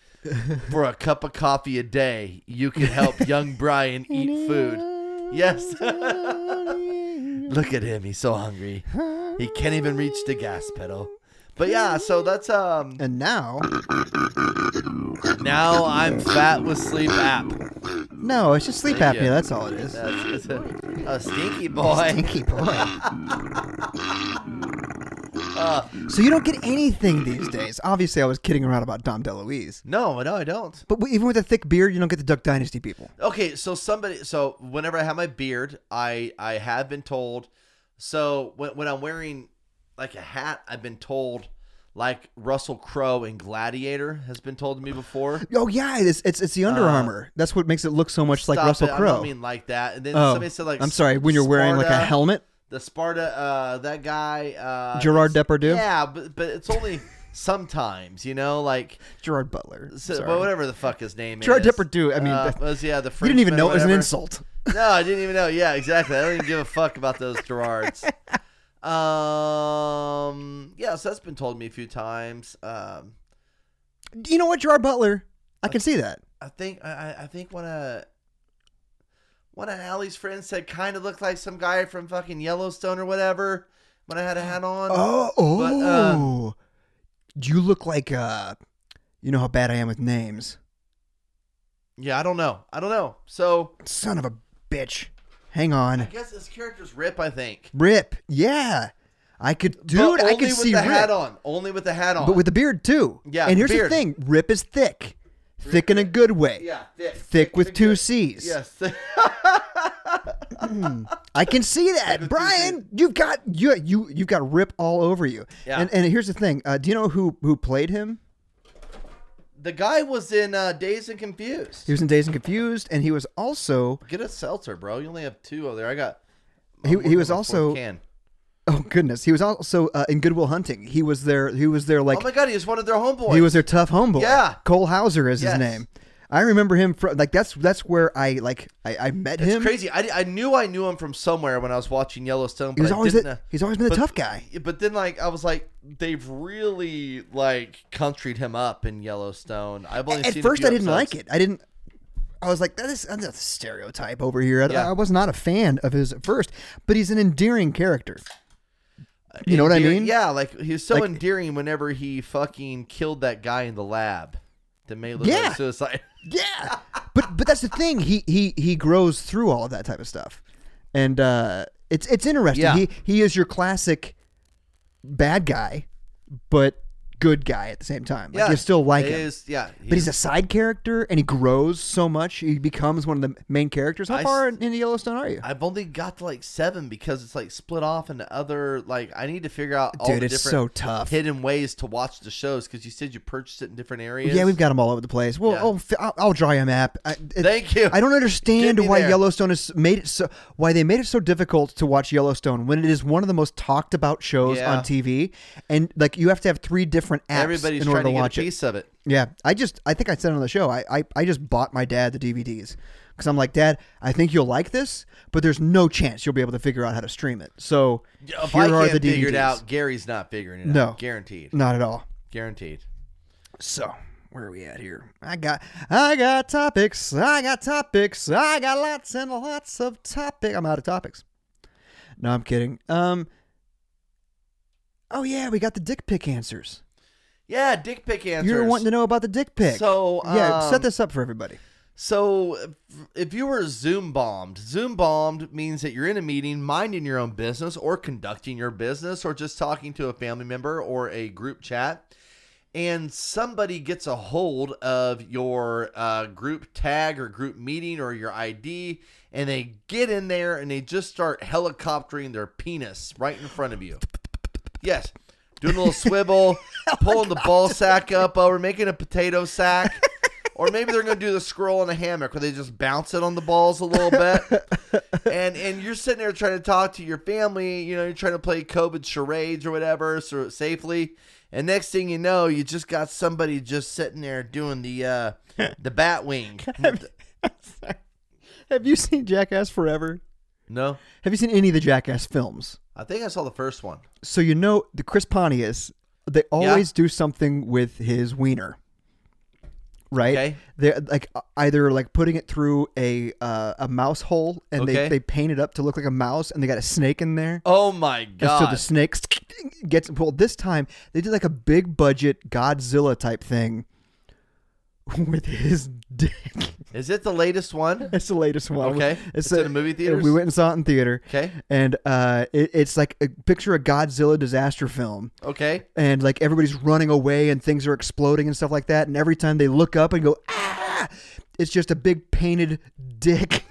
Speaker 1: for a cup of coffee a day, you could help young Brian eat food. Yes. *laughs* look at him. He's so hungry. He can't even reach the gas pedal. But yeah, so that's um *clears throat*
Speaker 2: And now,
Speaker 1: now I'm fat with sleep app.
Speaker 2: no, it's just sleep
Speaker 1: Thank
Speaker 2: apnea.
Speaker 1: you.
Speaker 2: That's all it is.
Speaker 1: That's, that's a, a stinky
Speaker 2: *laughs*
Speaker 1: boy.
Speaker 2: Stinky boy. so you don't get anything these days. Obviously, I was kidding around about Dom DeLuise.
Speaker 1: No, no, I don't.
Speaker 2: But w- even with a thick beard, you don't get the Duck Dynasty people.
Speaker 1: Okay, so somebody, so whenever I have my beard, I I have been told. So when when I'm wearing like a hat, I've been told like Russell Crowe in Gladiator has been told to me before.
Speaker 2: Oh yeah, *laughs* it's it's, it's the Under
Speaker 1: Uh,
Speaker 2: Armour. That's what makes it look so much like
Speaker 1: Stop
Speaker 2: Russell
Speaker 1: it, I
Speaker 2: Crowe.
Speaker 1: don't mean like that. And then
Speaker 2: oh,
Speaker 1: somebody said like
Speaker 2: I'm sorry. When you're wearing like a
Speaker 1: Sparta-
Speaker 2: helmet,
Speaker 1: the Sparta, uh, that guy, uh,
Speaker 2: Gerard
Speaker 1: it's-
Speaker 2: Depardieu?
Speaker 1: Yeah, but but it's only sometimes, you know, like.
Speaker 2: Gerard Butler.
Speaker 1: So,
Speaker 2: sorry.
Speaker 1: but whatever the fuck his name
Speaker 2: Gerard
Speaker 1: is.
Speaker 2: Depardieu, I mean,
Speaker 1: Uh,
Speaker 2: that-
Speaker 1: was, yeah, the
Speaker 2: you didn't even
Speaker 1: Frenchman,
Speaker 2: know it was an
Speaker 1: whatever.
Speaker 2: insult.
Speaker 1: No, I didn't even know. Yeah, exactly. I don't even give a fuck about those Gerards. Um, yeah, so that's been told to me a few times. Um,
Speaker 2: You know what, Gerard Butler? I can see that.
Speaker 1: I think I, I- I think one of one of Allie's friends said kind of looked like some guy from fucking Yellowstone or whatever when I had a hat on.
Speaker 2: Oh,
Speaker 1: But, uh,
Speaker 2: oh. you look like uh, you know how bad I am with names.
Speaker 1: Yeah, I don't know. I don't know. So
Speaker 2: Son of a bitch. Hang
Speaker 1: I
Speaker 2: on.
Speaker 1: guess his character's Rip. I think,
Speaker 2: Rip. Yeah. I could dude,
Speaker 1: But
Speaker 2: I
Speaker 1: only
Speaker 2: could
Speaker 1: with
Speaker 2: see
Speaker 1: the
Speaker 2: Rip.
Speaker 1: hat on. Only with the hat on.
Speaker 2: But with the beard too.
Speaker 1: Yeah,
Speaker 2: And here's
Speaker 1: beard.
Speaker 2: the thing, Rip is thick. Thick in a good way.
Speaker 1: yeah, thick,
Speaker 2: Thick with two
Speaker 1: good.
Speaker 2: C's.
Speaker 1: Yes. *laughs*
Speaker 2: I can see that. Brian, you've got you you you've got Rip all over you.
Speaker 1: Yeah.
Speaker 2: And and here's the thing. Uh, do you know who who played him?
Speaker 1: the guy was in uh, Days and Confused.
Speaker 2: He was in Days and Confused, and he was also
Speaker 1: Get a seltzer, bro. You only have two over there. I got. I'm
Speaker 2: He- he
Speaker 1: working
Speaker 2: was
Speaker 1: my fourth
Speaker 2: also-
Speaker 1: Can.
Speaker 2: oh goodness, he was also uh, in Goodwill Hunting. He was their he was their like
Speaker 1: Oh my god, he was one of their homeboys.
Speaker 2: he was their tough homeboy.
Speaker 1: Yeah.
Speaker 2: Cole Hauser is
Speaker 1: Yes.
Speaker 2: his name. I remember him from like that's that's where I like I, I met
Speaker 1: It's
Speaker 2: him.
Speaker 1: crazy. I, I knew I knew him from somewhere when I was watching Yellowstone. But
Speaker 2: He was
Speaker 1: I
Speaker 2: always
Speaker 1: didn't
Speaker 2: the,
Speaker 1: know-
Speaker 2: he's always been the
Speaker 1: but-
Speaker 2: tough guy.
Speaker 1: But then like I was like, they've really like countryed him up in Yellowstone. I've only
Speaker 2: At
Speaker 1: seen a
Speaker 2: first,
Speaker 1: few
Speaker 2: I didn't
Speaker 1: episodes.
Speaker 2: like it. I didn't. I was like, that is that's a stereotype over here. I,
Speaker 1: Yeah.
Speaker 2: I was not a fan of his at first, but he's an endearing character. You know what I
Speaker 1: Uh, Endearing-
Speaker 2: mean?
Speaker 1: Yeah, like he was so
Speaker 2: Like-
Speaker 1: endearing whenever he fucking killed that guy in the lab that made him
Speaker 2: Yeah.
Speaker 1: suicide. *laughs*
Speaker 2: Yeah, but but that's the thing. He he he grows through all of that type of stuff, and uh, it's it's interesting.
Speaker 1: Yeah.
Speaker 2: He he is your classic bad guy, but good guy at the same time. Like,
Speaker 1: Yeah,
Speaker 2: you still like
Speaker 1: it
Speaker 2: him.
Speaker 1: is- yeah,
Speaker 2: but he's a side character, and he grows so much. He becomes one of the main characters. How
Speaker 1: I
Speaker 2: far
Speaker 1: s-
Speaker 2: in into Yellowstone are you?
Speaker 1: I've only got to like seven because it's like split off into other. Like I need to figure out all
Speaker 2: Dude,
Speaker 1: the
Speaker 2: it's
Speaker 1: different
Speaker 2: so tough.
Speaker 1: hidden ways to watch the shows because you said you purchased it in different areas.
Speaker 2: yeah, we've got them all over the place. Well,
Speaker 1: Yeah.
Speaker 2: oh, fi- I'll, I'll draw you a map. I, it-
Speaker 1: Thank you.
Speaker 2: I don't understand
Speaker 1: Get me
Speaker 2: why
Speaker 1: there.
Speaker 2: Yellowstone is made it so why they made it so difficult to watch Yellowstone when it is one of the most talked about shows
Speaker 1: Yeah.
Speaker 2: on TV, and like you have to have three different apps
Speaker 1: Everybody's
Speaker 2: in order
Speaker 1: trying
Speaker 2: to,
Speaker 1: to,
Speaker 2: watch
Speaker 1: get a
Speaker 2: it.
Speaker 1: piece of it.
Speaker 2: Yeah, I just I think I said on the show I I, I just bought my dad the DVDs because I'm like Dad I think you'll like this but there's no chance you'll be able to figure out how to stream it so
Speaker 1: If
Speaker 2: here
Speaker 1: I
Speaker 2: are
Speaker 1: can't
Speaker 2: the DVDs
Speaker 1: figure it out, Gary's not figuring it
Speaker 2: No.
Speaker 1: out. Guaranteed.
Speaker 2: not at all
Speaker 1: Guaranteed.
Speaker 2: so where are we at here I got I got topics I got topics I got lots and lots of topic I'm out of topics no I'm kidding um oh yeah we got the dick pic answers,
Speaker 1: Yeah, dick pic answers.
Speaker 2: you were wanting to know about the dick pic
Speaker 1: So,
Speaker 2: yeah
Speaker 1: um,
Speaker 2: set this up
Speaker 1: *laughs*
Speaker 2: for everybody *laughs*
Speaker 1: So, if- if you were Zoom bombed, Zoom bombed means that you're in a meeting minding your own business or conducting your business or just talking to a family member or a group chat, and somebody gets a hold of your uh, group tag or group meeting or your ID, and they get in there and they just start helicoptering their penis right in front of you. Yes. Doing a little *laughs* swivel, pulling the ball sack up over, making a potato sack. or maybe they're going to do the scroll and a hammock where they just bounce it on the balls a little bit. and and you're sitting there trying to talk to your family, you know, you're trying to play COVID charades or whatever so safely. And next thing you know, you just got somebody just sitting there doing the uh the bat *laughs* wing.
Speaker 2: Have you seen Jackass Forever?
Speaker 1: no.
Speaker 2: Have you seen any of the Jackass films?
Speaker 1: I think I saw the first one.
Speaker 2: So you know the Chris Pontius, they always do something with his wiener. Right?
Speaker 1: Okay.
Speaker 2: They're like uh, either like putting it through a uh, a mouse hole and
Speaker 1: Okay.
Speaker 2: they, they paint it up to look like a mouse and they got a snake in there.
Speaker 1: Oh my
Speaker 2: And
Speaker 1: god.
Speaker 2: so the snake gets well this time they did like a big budget Godzilla type thing with his *laughs* dick.
Speaker 1: Is it the latest one?
Speaker 2: It's the latest one.
Speaker 1: Okay. It's in the movie theaters?
Speaker 2: We went and saw it in theater.
Speaker 1: Okay.
Speaker 2: And uh, it, it's like a picture a Godzilla disaster film,
Speaker 1: Okay.
Speaker 2: and like everybody's running away and things are exploding and stuff like that. And every time they look up and go, ah, it's just a big painted dick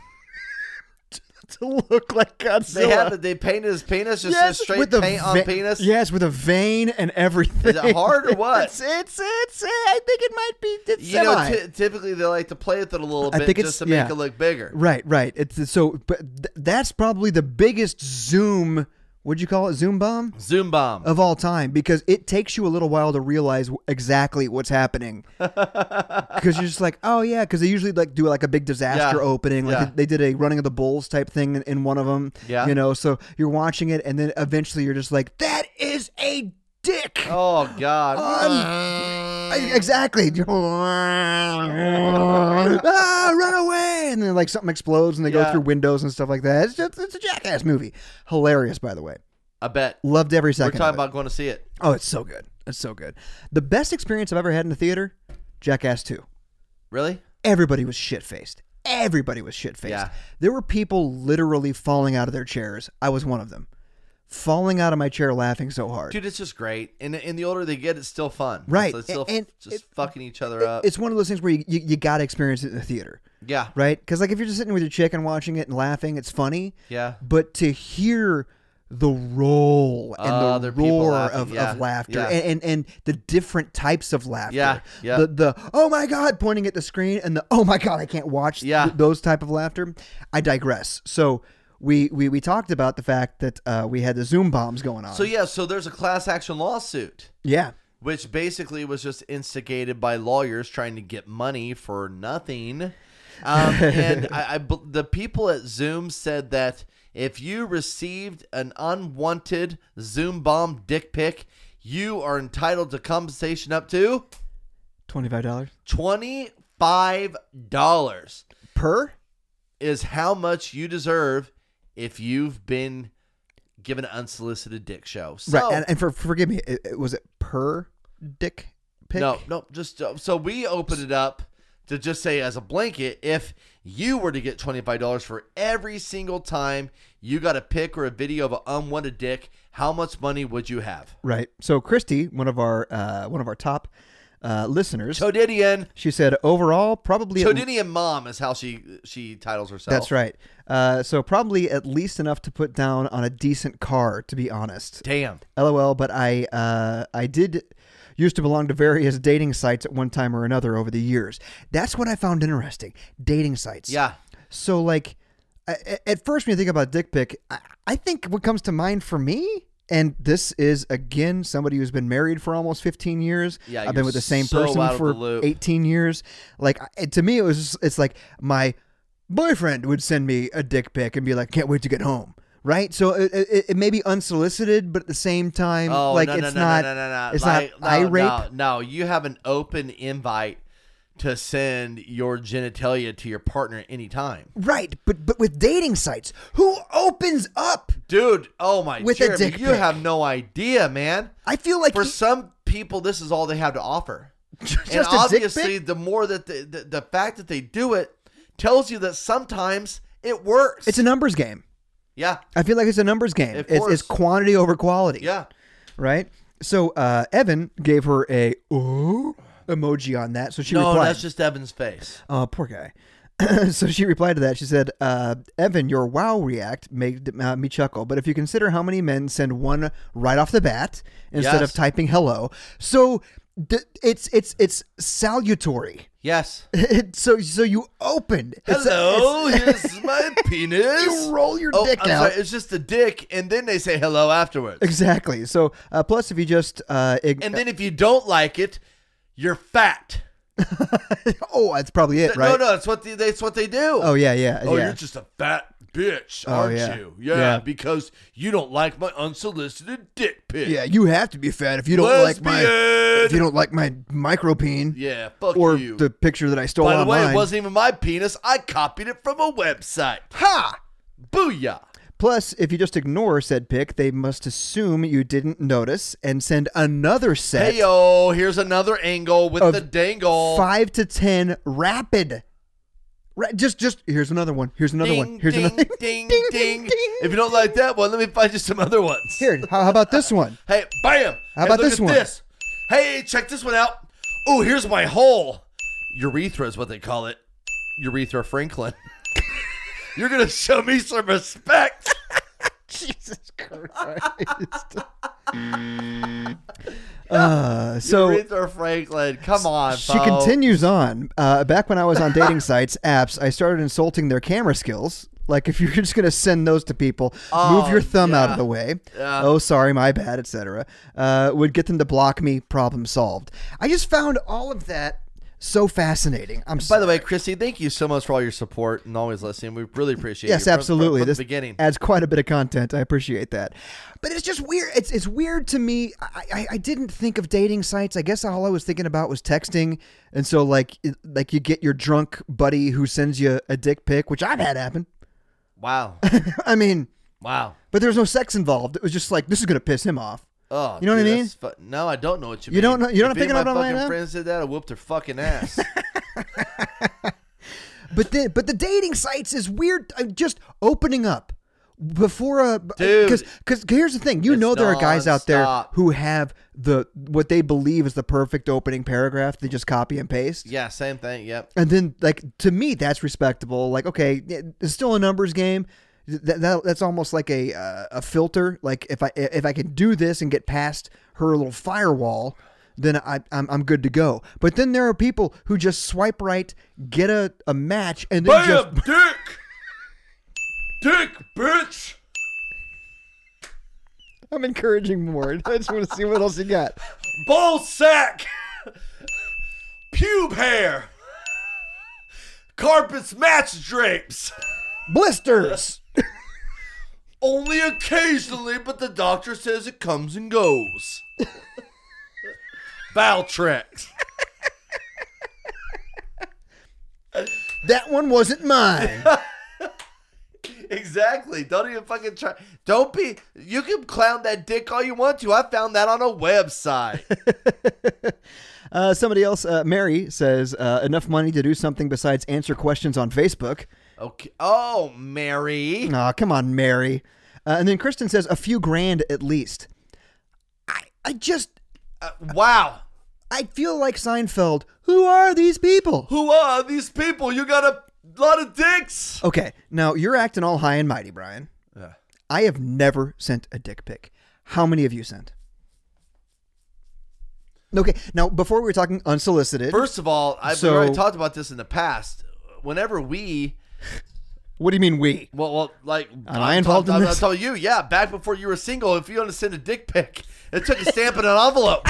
Speaker 2: *laughs* to, to look like Godzilla.
Speaker 1: They had it- they painted his penis just a straight
Speaker 2: a
Speaker 1: paint on
Speaker 2: ve-
Speaker 1: penis.
Speaker 2: Yes, with a vein and everything.
Speaker 1: it hard or what?
Speaker 2: *laughs* It's it's it's. I think it might be. It's
Speaker 1: You know,
Speaker 2: semi.
Speaker 1: ty- typically they like to play with it a little
Speaker 2: I
Speaker 1: bit
Speaker 2: think it's-
Speaker 1: just to make
Speaker 2: yeah.
Speaker 1: it look bigger.
Speaker 2: Right, right. It's so, but th- that's probably the biggest Zoom. Would you call it Zoom bomb
Speaker 1: Zoom bomb.
Speaker 2: of all time? Because it takes you a little while to realize w- exactly
Speaker 1: *laughs*
Speaker 2: what's happening. Because you're just like, oh yeah, because they usually like do like a big disaster
Speaker 1: Yeah,
Speaker 2: opening. Like
Speaker 1: yeah.
Speaker 2: they did a running of the bulls type thing in, in one of them.
Speaker 1: Yeah.
Speaker 2: you know. So you're watching it, and then eventually you're just like, that is a dick.
Speaker 1: oh God.
Speaker 2: I- Exactly. *laughs* ah, run away! And then like something explodes, and they go
Speaker 1: Yeah.
Speaker 2: through windows and stuff like that. It's just it's a jackass movie. Hilarious, by the way.
Speaker 1: I bet.
Speaker 2: Loved every
Speaker 1: We're
Speaker 2: second.
Speaker 1: talking
Speaker 2: of it.
Speaker 1: about going to see it.
Speaker 2: oh, it's so good. It's so good. The best experience I've ever had in the theater, Jackass Two.
Speaker 1: Really?
Speaker 2: Everybody was shit faced. Everybody was shit faced.
Speaker 1: Yeah.
Speaker 2: There were people literally falling out of their chairs. I was one of them, falling out of my chair laughing so hard.
Speaker 1: Dude, it's just great. And and the older they get, it's still fun.
Speaker 2: Right.
Speaker 1: So it's still
Speaker 2: And-
Speaker 1: just
Speaker 2: it-
Speaker 1: fucking each other
Speaker 2: It-
Speaker 1: up.
Speaker 2: it's one of those things where you, you, you gotta experience it in the theater.
Speaker 1: yeah.
Speaker 2: right? Because like if you're just sitting with your chick and watching it and laughing, it's funny.
Speaker 1: Yeah.
Speaker 2: But to hear the roll and the
Speaker 1: Other Ah, people
Speaker 2: roar
Speaker 1: laughing,
Speaker 2: of,
Speaker 1: yeah,
Speaker 2: of laughter
Speaker 1: yeah.
Speaker 2: and, and and the different types of laughter,
Speaker 1: Yeah, yeah.
Speaker 2: the the oh my god pointing at the screen and the oh my god I can't watch,
Speaker 1: Yeah.
Speaker 2: th- those type of laughter. I digress. So. We, we, we talked about the fact that uh, we had the Zoom bombs going on.
Speaker 1: So yeah, so there's a class action lawsuit,
Speaker 2: yeah,
Speaker 1: which basically was just instigated by lawyers trying to get money for nothing.
Speaker 2: *laughs*
Speaker 1: Um, and I, I bel- the people at Zoom said that if you received an unwanted Zoom bomb dick pic, you are entitled to compensation up to
Speaker 2: twenty five dollars
Speaker 1: twenty five dollars.
Speaker 2: per.
Speaker 1: is how much you deserve if you've been given an unsolicited dick show. So,
Speaker 2: right, and, and for forgive me, it, it- was it per dick pick?
Speaker 1: no, no, just uh, so we opened it up to just say as a blanket, if you were to get $25 for every single time you got a pic or a video of an unwanted dick, how much money would you have?
Speaker 2: Right. So Christy, one of our uh, one of our top uh, listeners,
Speaker 1: Todidian.
Speaker 2: she said overall probably at-
Speaker 1: Todidian mom is how she she titles herself.
Speaker 2: that's right. Uh, so probably at least enough to put down on a decent car. To be honest,
Speaker 1: Damn.
Speaker 2: lol. But I uh, I did used to belong to various dating sites at one time or another over the years. That's what I found interesting. Dating sites.
Speaker 1: Yeah.
Speaker 2: So like, a- a- at first when you think about dick pic, I, I think what comes to mind for me, and this is again somebody who's been married for almost 15 years.
Speaker 1: Yeah,
Speaker 2: I've
Speaker 1: you're
Speaker 2: been with the same
Speaker 1: so out
Speaker 2: person
Speaker 1: of the
Speaker 2: for
Speaker 1: loop.
Speaker 2: 18 years. Like I- it- to me, it was just- it's like my boyfriend would send me a dick pic and be like, "Can't wait to get home." Right, so it, it, it may be unsolicited, but at the same time,
Speaker 1: Oh,
Speaker 2: like
Speaker 1: no, no,
Speaker 2: it's
Speaker 1: no,
Speaker 2: not,
Speaker 1: no, no, no, no.
Speaker 2: it's
Speaker 1: Like,
Speaker 2: not eye
Speaker 1: no,
Speaker 2: rape.
Speaker 1: No, no, you have an open invite to send your genitalia to your partner at any time,
Speaker 2: Right, but but with dating sites, who opens up?
Speaker 1: dude. Oh my,
Speaker 2: With a
Speaker 1: Jeremy,
Speaker 2: dick
Speaker 1: you
Speaker 2: pic.
Speaker 1: have no idea, man.
Speaker 2: I feel like
Speaker 1: For
Speaker 2: he- *laughs*
Speaker 1: some people, this is all they have to offer. and
Speaker 2: Just a dick
Speaker 1: obviously, the more that they, the the fact that they do it tells you that sometimes it works.
Speaker 2: it's a numbers game.
Speaker 1: yeah,
Speaker 2: I feel like it's a numbers game.
Speaker 1: Of
Speaker 2: It's,
Speaker 1: course.
Speaker 2: it's quantity over quality.
Speaker 1: yeah.
Speaker 2: Right. So uh, Evan gave her a ooh emoji on that. So she
Speaker 1: No,
Speaker 2: replied,
Speaker 1: that's just Evan's face.
Speaker 2: "Oh, poor guy." *clears throat* so she replied to that. She said, uh, "Evan, your wow react made uh, me chuckle. But if you consider how many men send one right off the bat instead
Speaker 1: Yes.
Speaker 2: of typing hello, so." d it's it's it's salutatory.
Speaker 1: Yes.
Speaker 2: *laughs* so so you opened. It's a- *laughs*
Speaker 1: Hello,
Speaker 2: it's-
Speaker 1: here's my penis.
Speaker 2: You roll your
Speaker 1: oh,
Speaker 2: dick
Speaker 1: I'm
Speaker 2: out.
Speaker 1: Sorry, it's just a dick, and then they say hello afterwards.
Speaker 2: exactly. So uh, plus, if you just uh, ig-
Speaker 1: And then if you don't like it, you're fat.
Speaker 2: *laughs* oh, that's probably it, right?
Speaker 1: No, no, it's what they, that's what they do.
Speaker 2: Oh yeah, yeah,
Speaker 1: Oh,
Speaker 2: yeah. Oh,
Speaker 1: you're just a fat bitch, aren't
Speaker 2: yeah.
Speaker 1: you? Yeah,
Speaker 2: Yeah.
Speaker 1: because you don't like my unsolicited dick pic.
Speaker 2: yeah, you have to be fat if you don't like my
Speaker 1: Lesbian!
Speaker 2: if you don't like my micropeen
Speaker 1: Yeah, fuck
Speaker 2: or
Speaker 1: you.
Speaker 2: the picture that I stole
Speaker 1: By the
Speaker 2: online.
Speaker 1: way, it wasn't even my penis. I copied it from a website.
Speaker 2: ha!
Speaker 1: Booyah.
Speaker 2: Plus, if you just ignore said pic, they must assume you didn't notice and send another set
Speaker 1: Hey, yo, here's another angle with
Speaker 2: Of
Speaker 1: the dangle.
Speaker 2: five to ten rapid. Ra- just, just here's another one. Here's another
Speaker 1: ding,
Speaker 2: one. Here's
Speaker 1: ding,
Speaker 2: another. *laughs*
Speaker 1: ding, ding, If you don't like that one, let me find you some other ones.
Speaker 2: Here, how, how about this one?
Speaker 1: Hey, bam.
Speaker 2: How
Speaker 1: Hey,
Speaker 2: about
Speaker 1: look
Speaker 2: this
Speaker 1: at
Speaker 2: one?
Speaker 1: This. Hey, check this one out. Oh, here's my hole. Urethra is what they call it. Urethra Franklin. *laughs* You're gonna show me some respect.
Speaker 2: Jesus
Speaker 1: *laughs*
Speaker 2: Christ. uh, *laughs* so
Speaker 1: Urethra Franklin. Come on.
Speaker 2: She
Speaker 1: Bo.
Speaker 2: continues on. Uh, back when I was on
Speaker 1: *laughs*
Speaker 2: dating sites, apps, I started insulting their camera skills. Like if you're just gonna send those to people, move your thumb out of the way. Oh, sorry, my bad, etc. Uh, would get them to block me. Problem solved. I just found all of that so fascinating. I'm
Speaker 1: By the way, Christy, thank you so much for all your support and always listening. We really appreciate
Speaker 2: Yes,
Speaker 1: you. From-
Speaker 2: absolutely.
Speaker 1: From, from
Speaker 2: this
Speaker 1: the
Speaker 2: *laughs*
Speaker 1: beginning.
Speaker 2: adds quite a bit of content. I appreciate that, but it's just weird. It's it's weird to me. I, I, I didn't think of dating sites. I guess all I was thinking about was texting, and so like it- like you get your drunk buddy who sends you a dick pic, which I've had happen. *laughs*
Speaker 1: Wow.
Speaker 2: I mean,
Speaker 1: Wow.
Speaker 2: but there was no sex involved. It was just like this is gonna piss him off.
Speaker 1: Oh,
Speaker 2: You know what I
Speaker 1: dude,
Speaker 2: mean?
Speaker 1: that's Fu- no, I don't know what you,
Speaker 2: You
Speaker 1: mean.
Speaker 2: don't know- you don't
Speaker 1: if
Speaker 2: think
Speaker 1: any of
Speaker 2: about
Speaker 1: my
Speaker 2: it right
Speaker 1: fucking
Speaker 2: now?
Speaker 1: friends did that, I whooped their fucking ass. *laughs*
Speaker 2: But the but the dating sites is weird. I'm just opening up before a
Speaker 1: Dude.
Speaker 2: because because here's the thing. You
Speaker 1: It's
Speaker 2: know there are guys out there
Speaker 1: nonstop.
Speaker 2: who have the what they believe is the perfect opening paragraph. They just copy and paste.
Speaker 1: yeah, same thing. Yep.
Speaker 2: And then like to me that's respectable. Like okay, it's still a numbers game. That, that, that's almost like a uh, a filter. Like if I if I can do this and get past her little firewall, then I I'm, I'm good to go. But then there are people who just swipe right, get a, a match, and then just
Speaker 1: dick, dick, bitch.
Speaker 2: I'm encouraging more. *laughs* I just want to see what else you got.
Speaker 1: ball sack, pube hair, carpets match drapes.
Speaker 2: Blisters.
Speaker 1: Only occasionally, but the doctor says it comes and goes. Valtrex.
Speaker 2: That one wasn't mine.
Speaker 1: Exactly. Don't even fucking try. Don't be. You can clown that dick all you want to. I found that on a
Speaker 2: *laughs*
Speaker 1: website.
Speaker 2: Uh, somebody else, uh, Mary, says uh, enough money to do something besides answer questions on Facebook.
Speaker 1: okay. Oh, Mary.
Speaker 2: Aw, come on, Mary. Uh, and then Kristen says a few grand at least. I, I just,
Speaker 1: Uh, wow.
Speaker 2: I feel like Seinfeld. Who are these people?
Speaker 1: Who are these people? You got a lot of dicks.
Speaker 2: Okay, now you're acting all high and mighty, Brian.
Speaker 1: Yeah.
Speaker 2: I have never sent a dick pic. How many of you sent? Okay, now before we were talking unsolicited.
Speaker 1: First of all, I've
Speaker 2: So-
Speaker 1: already talked about this in the past. Whenever we,
Speaker 2: what do you mean we?
Speaker 1: well, well like
Speaker 2: Am I involved in
Speaker 1: I'm,
Speaker 2: this?
Speaker 1: telling you, yeah, back before you were single, if you want to send a dick pic, it took a stamp and an
Speaker 2: *laughs*
Speaker 1: envelope.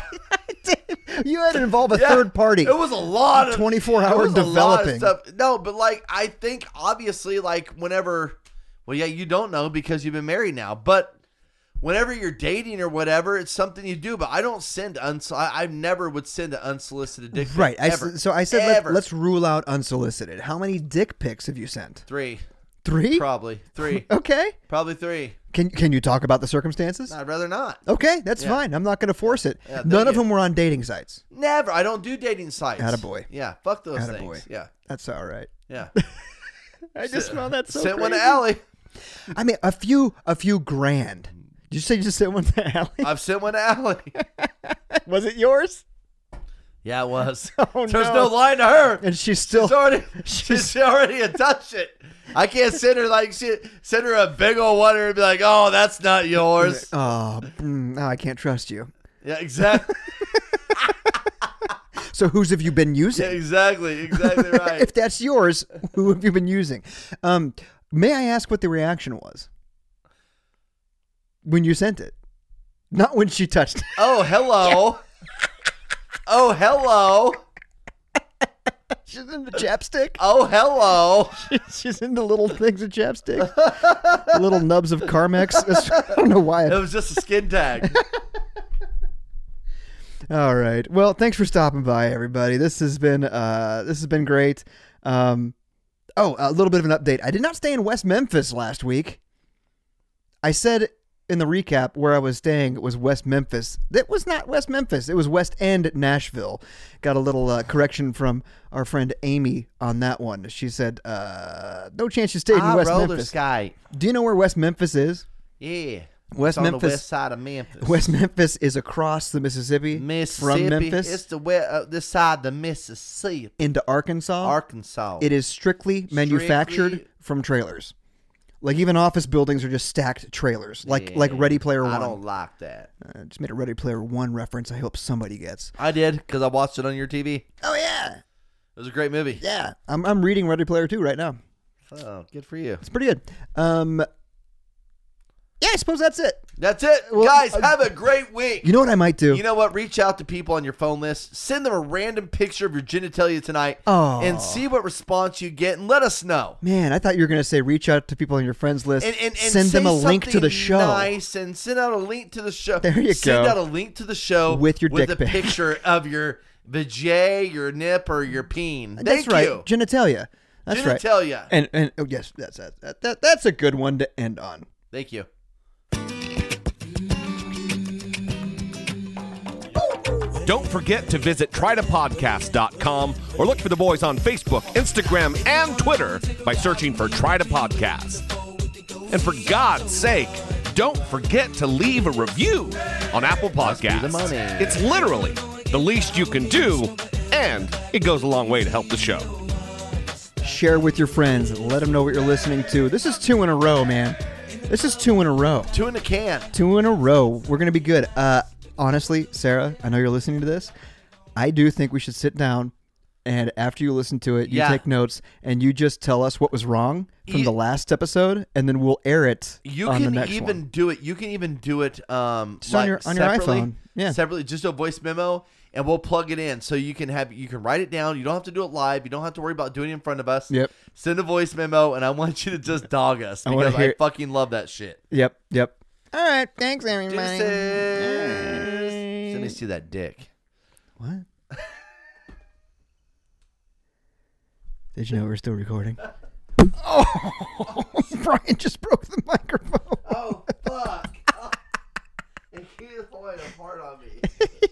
Speaker 2: You had to involve a
Speaker 1: Yeah.
Speaker 2: third party.
Speaker 1: It was a lot of
Speaker 2: 24
Speaker 1: it
Speaker 2: hour
Speaker 1: was a lot of
Speaker 2: developing.
Speaker 1: stuff. No, but like I think obviously like whenever, well, yeah, you don't know because you've been married now, but whenever you're dating or whatever, it's something you do. But I don't send uns. I, I never would send an unsolicited dick. pic,
Speaker 2: right. I,
Speaker 1: ever.
Speaker 2: s- so I said let,
Speaker 1: Ever.
Speaker 2: let's rule out unsolicited. How many dick pics have you sent?
Speaker 1: three,
Speaker 2: Three.
Speaker 1: probably
Speaker 2: *laughs*
Speaker 1: three,
Speaker 2: Okay.
Speaker 1: probably three.
Speaker 2: Can can you talk about the circumstances?
Speaker 1: I'd rather not.
Speaker 2: Okay, that's fine. I'm not going to force it.
Speaker 1: Yeah,
Speaker 2: None
Speaker 1: thank
Speaker 2: of
Speaker 1: you.
Speaker 2: them were on dating sites.
Speaker 1: Never. I don't do dating sites.
Speaker 2: Attaboy.
Speaker 1: Yeah. Fuck those
Speaker 2: Attaboy.
Speaker 1: things. Yeah.
Speaker 2: That's all right.
Speaker 1: Yeah.
Speaker 2: I just found that *laughs* so.
Speaker 1: Sent one to
Speaker 2: crazy.
Speaker 1: Allie.
Speaker 2: I mean, a few, a few grand. Did you say you just sent one to *laughs* Allie?
Speaker 1: I've sent one to Allie. *laughs*
Speaker 2: Was it yours?
Speaker 1: Yeah, it was.
Speaker 2: *laughs* Oh,
Speaker 1: There's no.
Speaker 2: no.
Speaker 1: line to her.
Speaker 2: And she's still.
Speaker 1: She's already she's already a touch it. I can't send her like shit. Send her a big old one and be like, "Oh, that's not
Speaker 2: *laughs*
Speaker 1: yours."
Speaker 2: Oh, mm, no, I can't trust you.
Speaker 1: Yeah, exactly,
Speaker 2: So whose have you been using?
Speaker 1: exactly, exactly right.
Speaker 2: *laughs* if that's yours, who have you been using? Um, may I ask what the reaction was when you sent it? Not when she
Speaker 1: *laughs*
Speaker 2: touched it.
Speaker 1: Oh, hello. Oh, hello.
Speaker 2: She's into chapstick.
Speaker 1: Oh, hello.
Speaker 2: *laughs* She's into little things of chapstick. little nubs of Carmex. *laughs* That's- I don't know why.
Speaker 1: It
Speaker 2: I-
Speaker 1: was just a skin tag.
Speaker 2: All right. Well, thanks for stopping by, everybody. This has been uh, this has been great. Um, oh, a little bit of an update. I did not stay in West Memphis last week. I said in the recap where I was staying was West Memphis. That was not West Memphis. It was West End, Nashville. Got a little uh, correction from our friend Amy on that one. She said, uh, "No chance you stayed *laughs*
Speaker 1: Ah,
Speaker 2: in West Memphis."
Speaker 1: sky.
Speaker 2: Do you know where West Memphis is?
Speaker 1: Yeah.
Speaker 2: West
Speaker 1: on
Speaker 2: Memphis-
Speaker 1: the west side of Memphis. *laughs*
Speaker 2: West Memphis is across the Mississippi,
Speaker 1: Mississippi.
Speaker 2: from Memphis
Speaker 1: It's the west, uh, this side of the Mississippi,
Speaker 2: into Arkansas.
Speaker 1: Arkansas.
Speaker 2: Oh. It is strictly manufactured
Speaker 1: Strictly-
Speaker 2: from trailers. Like even office buildings are just stacked trailers, like
Speaker 1: Yeah.
Speaker 2: like Ready Player One.
Speaker 1: I don't like that.
Speaker 2: Uh, just made a Ready Player One reference. I hope somebody gets.
Speaker 1: I did because I watched it on your TV. It
Speaker 2: Oh yeah,
Speaker 1: was a great movie.
Speaker 2: yeah. I'm I'm reading Ready Player Two right now.
Speaker 1: Oh, good for you.
Speaker 2: It's pretty good. Um, yeah, I suppose that's it.
Speaker 1: That's it.
Speaker 2: Well,
Speaker 1: Guys,
Speaker 2: uh,
Speaker 1: have a great week.
Speaker 2: You know what I might do?
Speaker 1: You know what? Reach out to people on your phone list. Send them a random picture of your genitalia tonight
Speaker 2: Aw.
Speaker 1: and see what response you get and let us know.
Speaker 2: Man, I thought you were gonna say reach out to people on your friends list,
Speaker 1: And, and, and
Speaker 2: send them
Speaker 1: say
Speaker 2: a link to
Speaker 1: something
Speaker 2: the show.
Speaker 1: Nice and send out a link to the show.
Speaker 2: There you
Speaker 1: send
Speaker 2: go.
Speaker 1: out a link to the show
Speaker 2: With your
Speaker 1: with
Speaker 2: dick
Speaker 1: a
Speaker 2: pic. *laughs*
Speaker 1: picture of your vajay, your nip, or your peen.
Speaker 2: That's
Speaker 1: Thank
Speaker 2: right,
Speaker 1: you.
Speaker 2: genitalia. That's right.
Speaker 1: genitalia.
Speaker 2: And and oh yes, that's that, that that's a good one to end on.
Speaker 1: Thank you.
Speaker 4: Don't forget to visit trytopodcast.com or look for the boys on Facebook, Instagram, and Twitter by searching for Try to Podcast. And for God's sake, don't forget to leave a review on Apple
Speaker 1: Must be the
Speaker 4: Podcasts.
Speaker 1: money.
Speaker 4: It's literally the least you can do, and it goes a long way to help the show.
Speaker 2: share with your friends and let them know what you're listening to. This is two in a row, man. This is two in a row.
Speaker 1: Two in a can.
Speaker 2: Two in a row. We're gonna be good. Uh, honestly, Sarah, I know you're listening to this. I do think we should sit down and after you listen to it, you
Speaker 1: Yeah.
Speaker 2: take notes and you just tell us what was wrong from
Speaker 1: You-
Speaker 2: the last episode, and then we'll air it
Speaker 1: You
Speaker 2: on the
Speaker 1: can
Speaker 2: next
Speaker 1: even
Speaker 2: one.
Speaker 1: do it. You can even do it um
Speaker 2: Just on
Speaker 1: like,
Speaker 2: your- on your
Speaker 1: separately,
Speaker 2: iPhone. Yeah.
Speaker 1: Separately, just do a voice memo and we'll plug it in so you can have you can write it down. You don't have to do it live. You don't have to worry about doing it in front of us.
Speaker 2: Yep.
Speaker 1: Send a voice memo and I want you to just dog us
Speaker 2: wanna
Speaker 1: because I,
Speaker 2: hear-
Speaker 1: fucking love that shit.
Speaker 2: Yep, yep. All right, thanks everybody.
Speaker 1: Deuces. Send me see that dick.
Speaker 2: What? Did you know we're still recording? Oh, *laughs* Brian just broke the microphone.
Speaker 1: Oh fuck! and he is falling apart on me.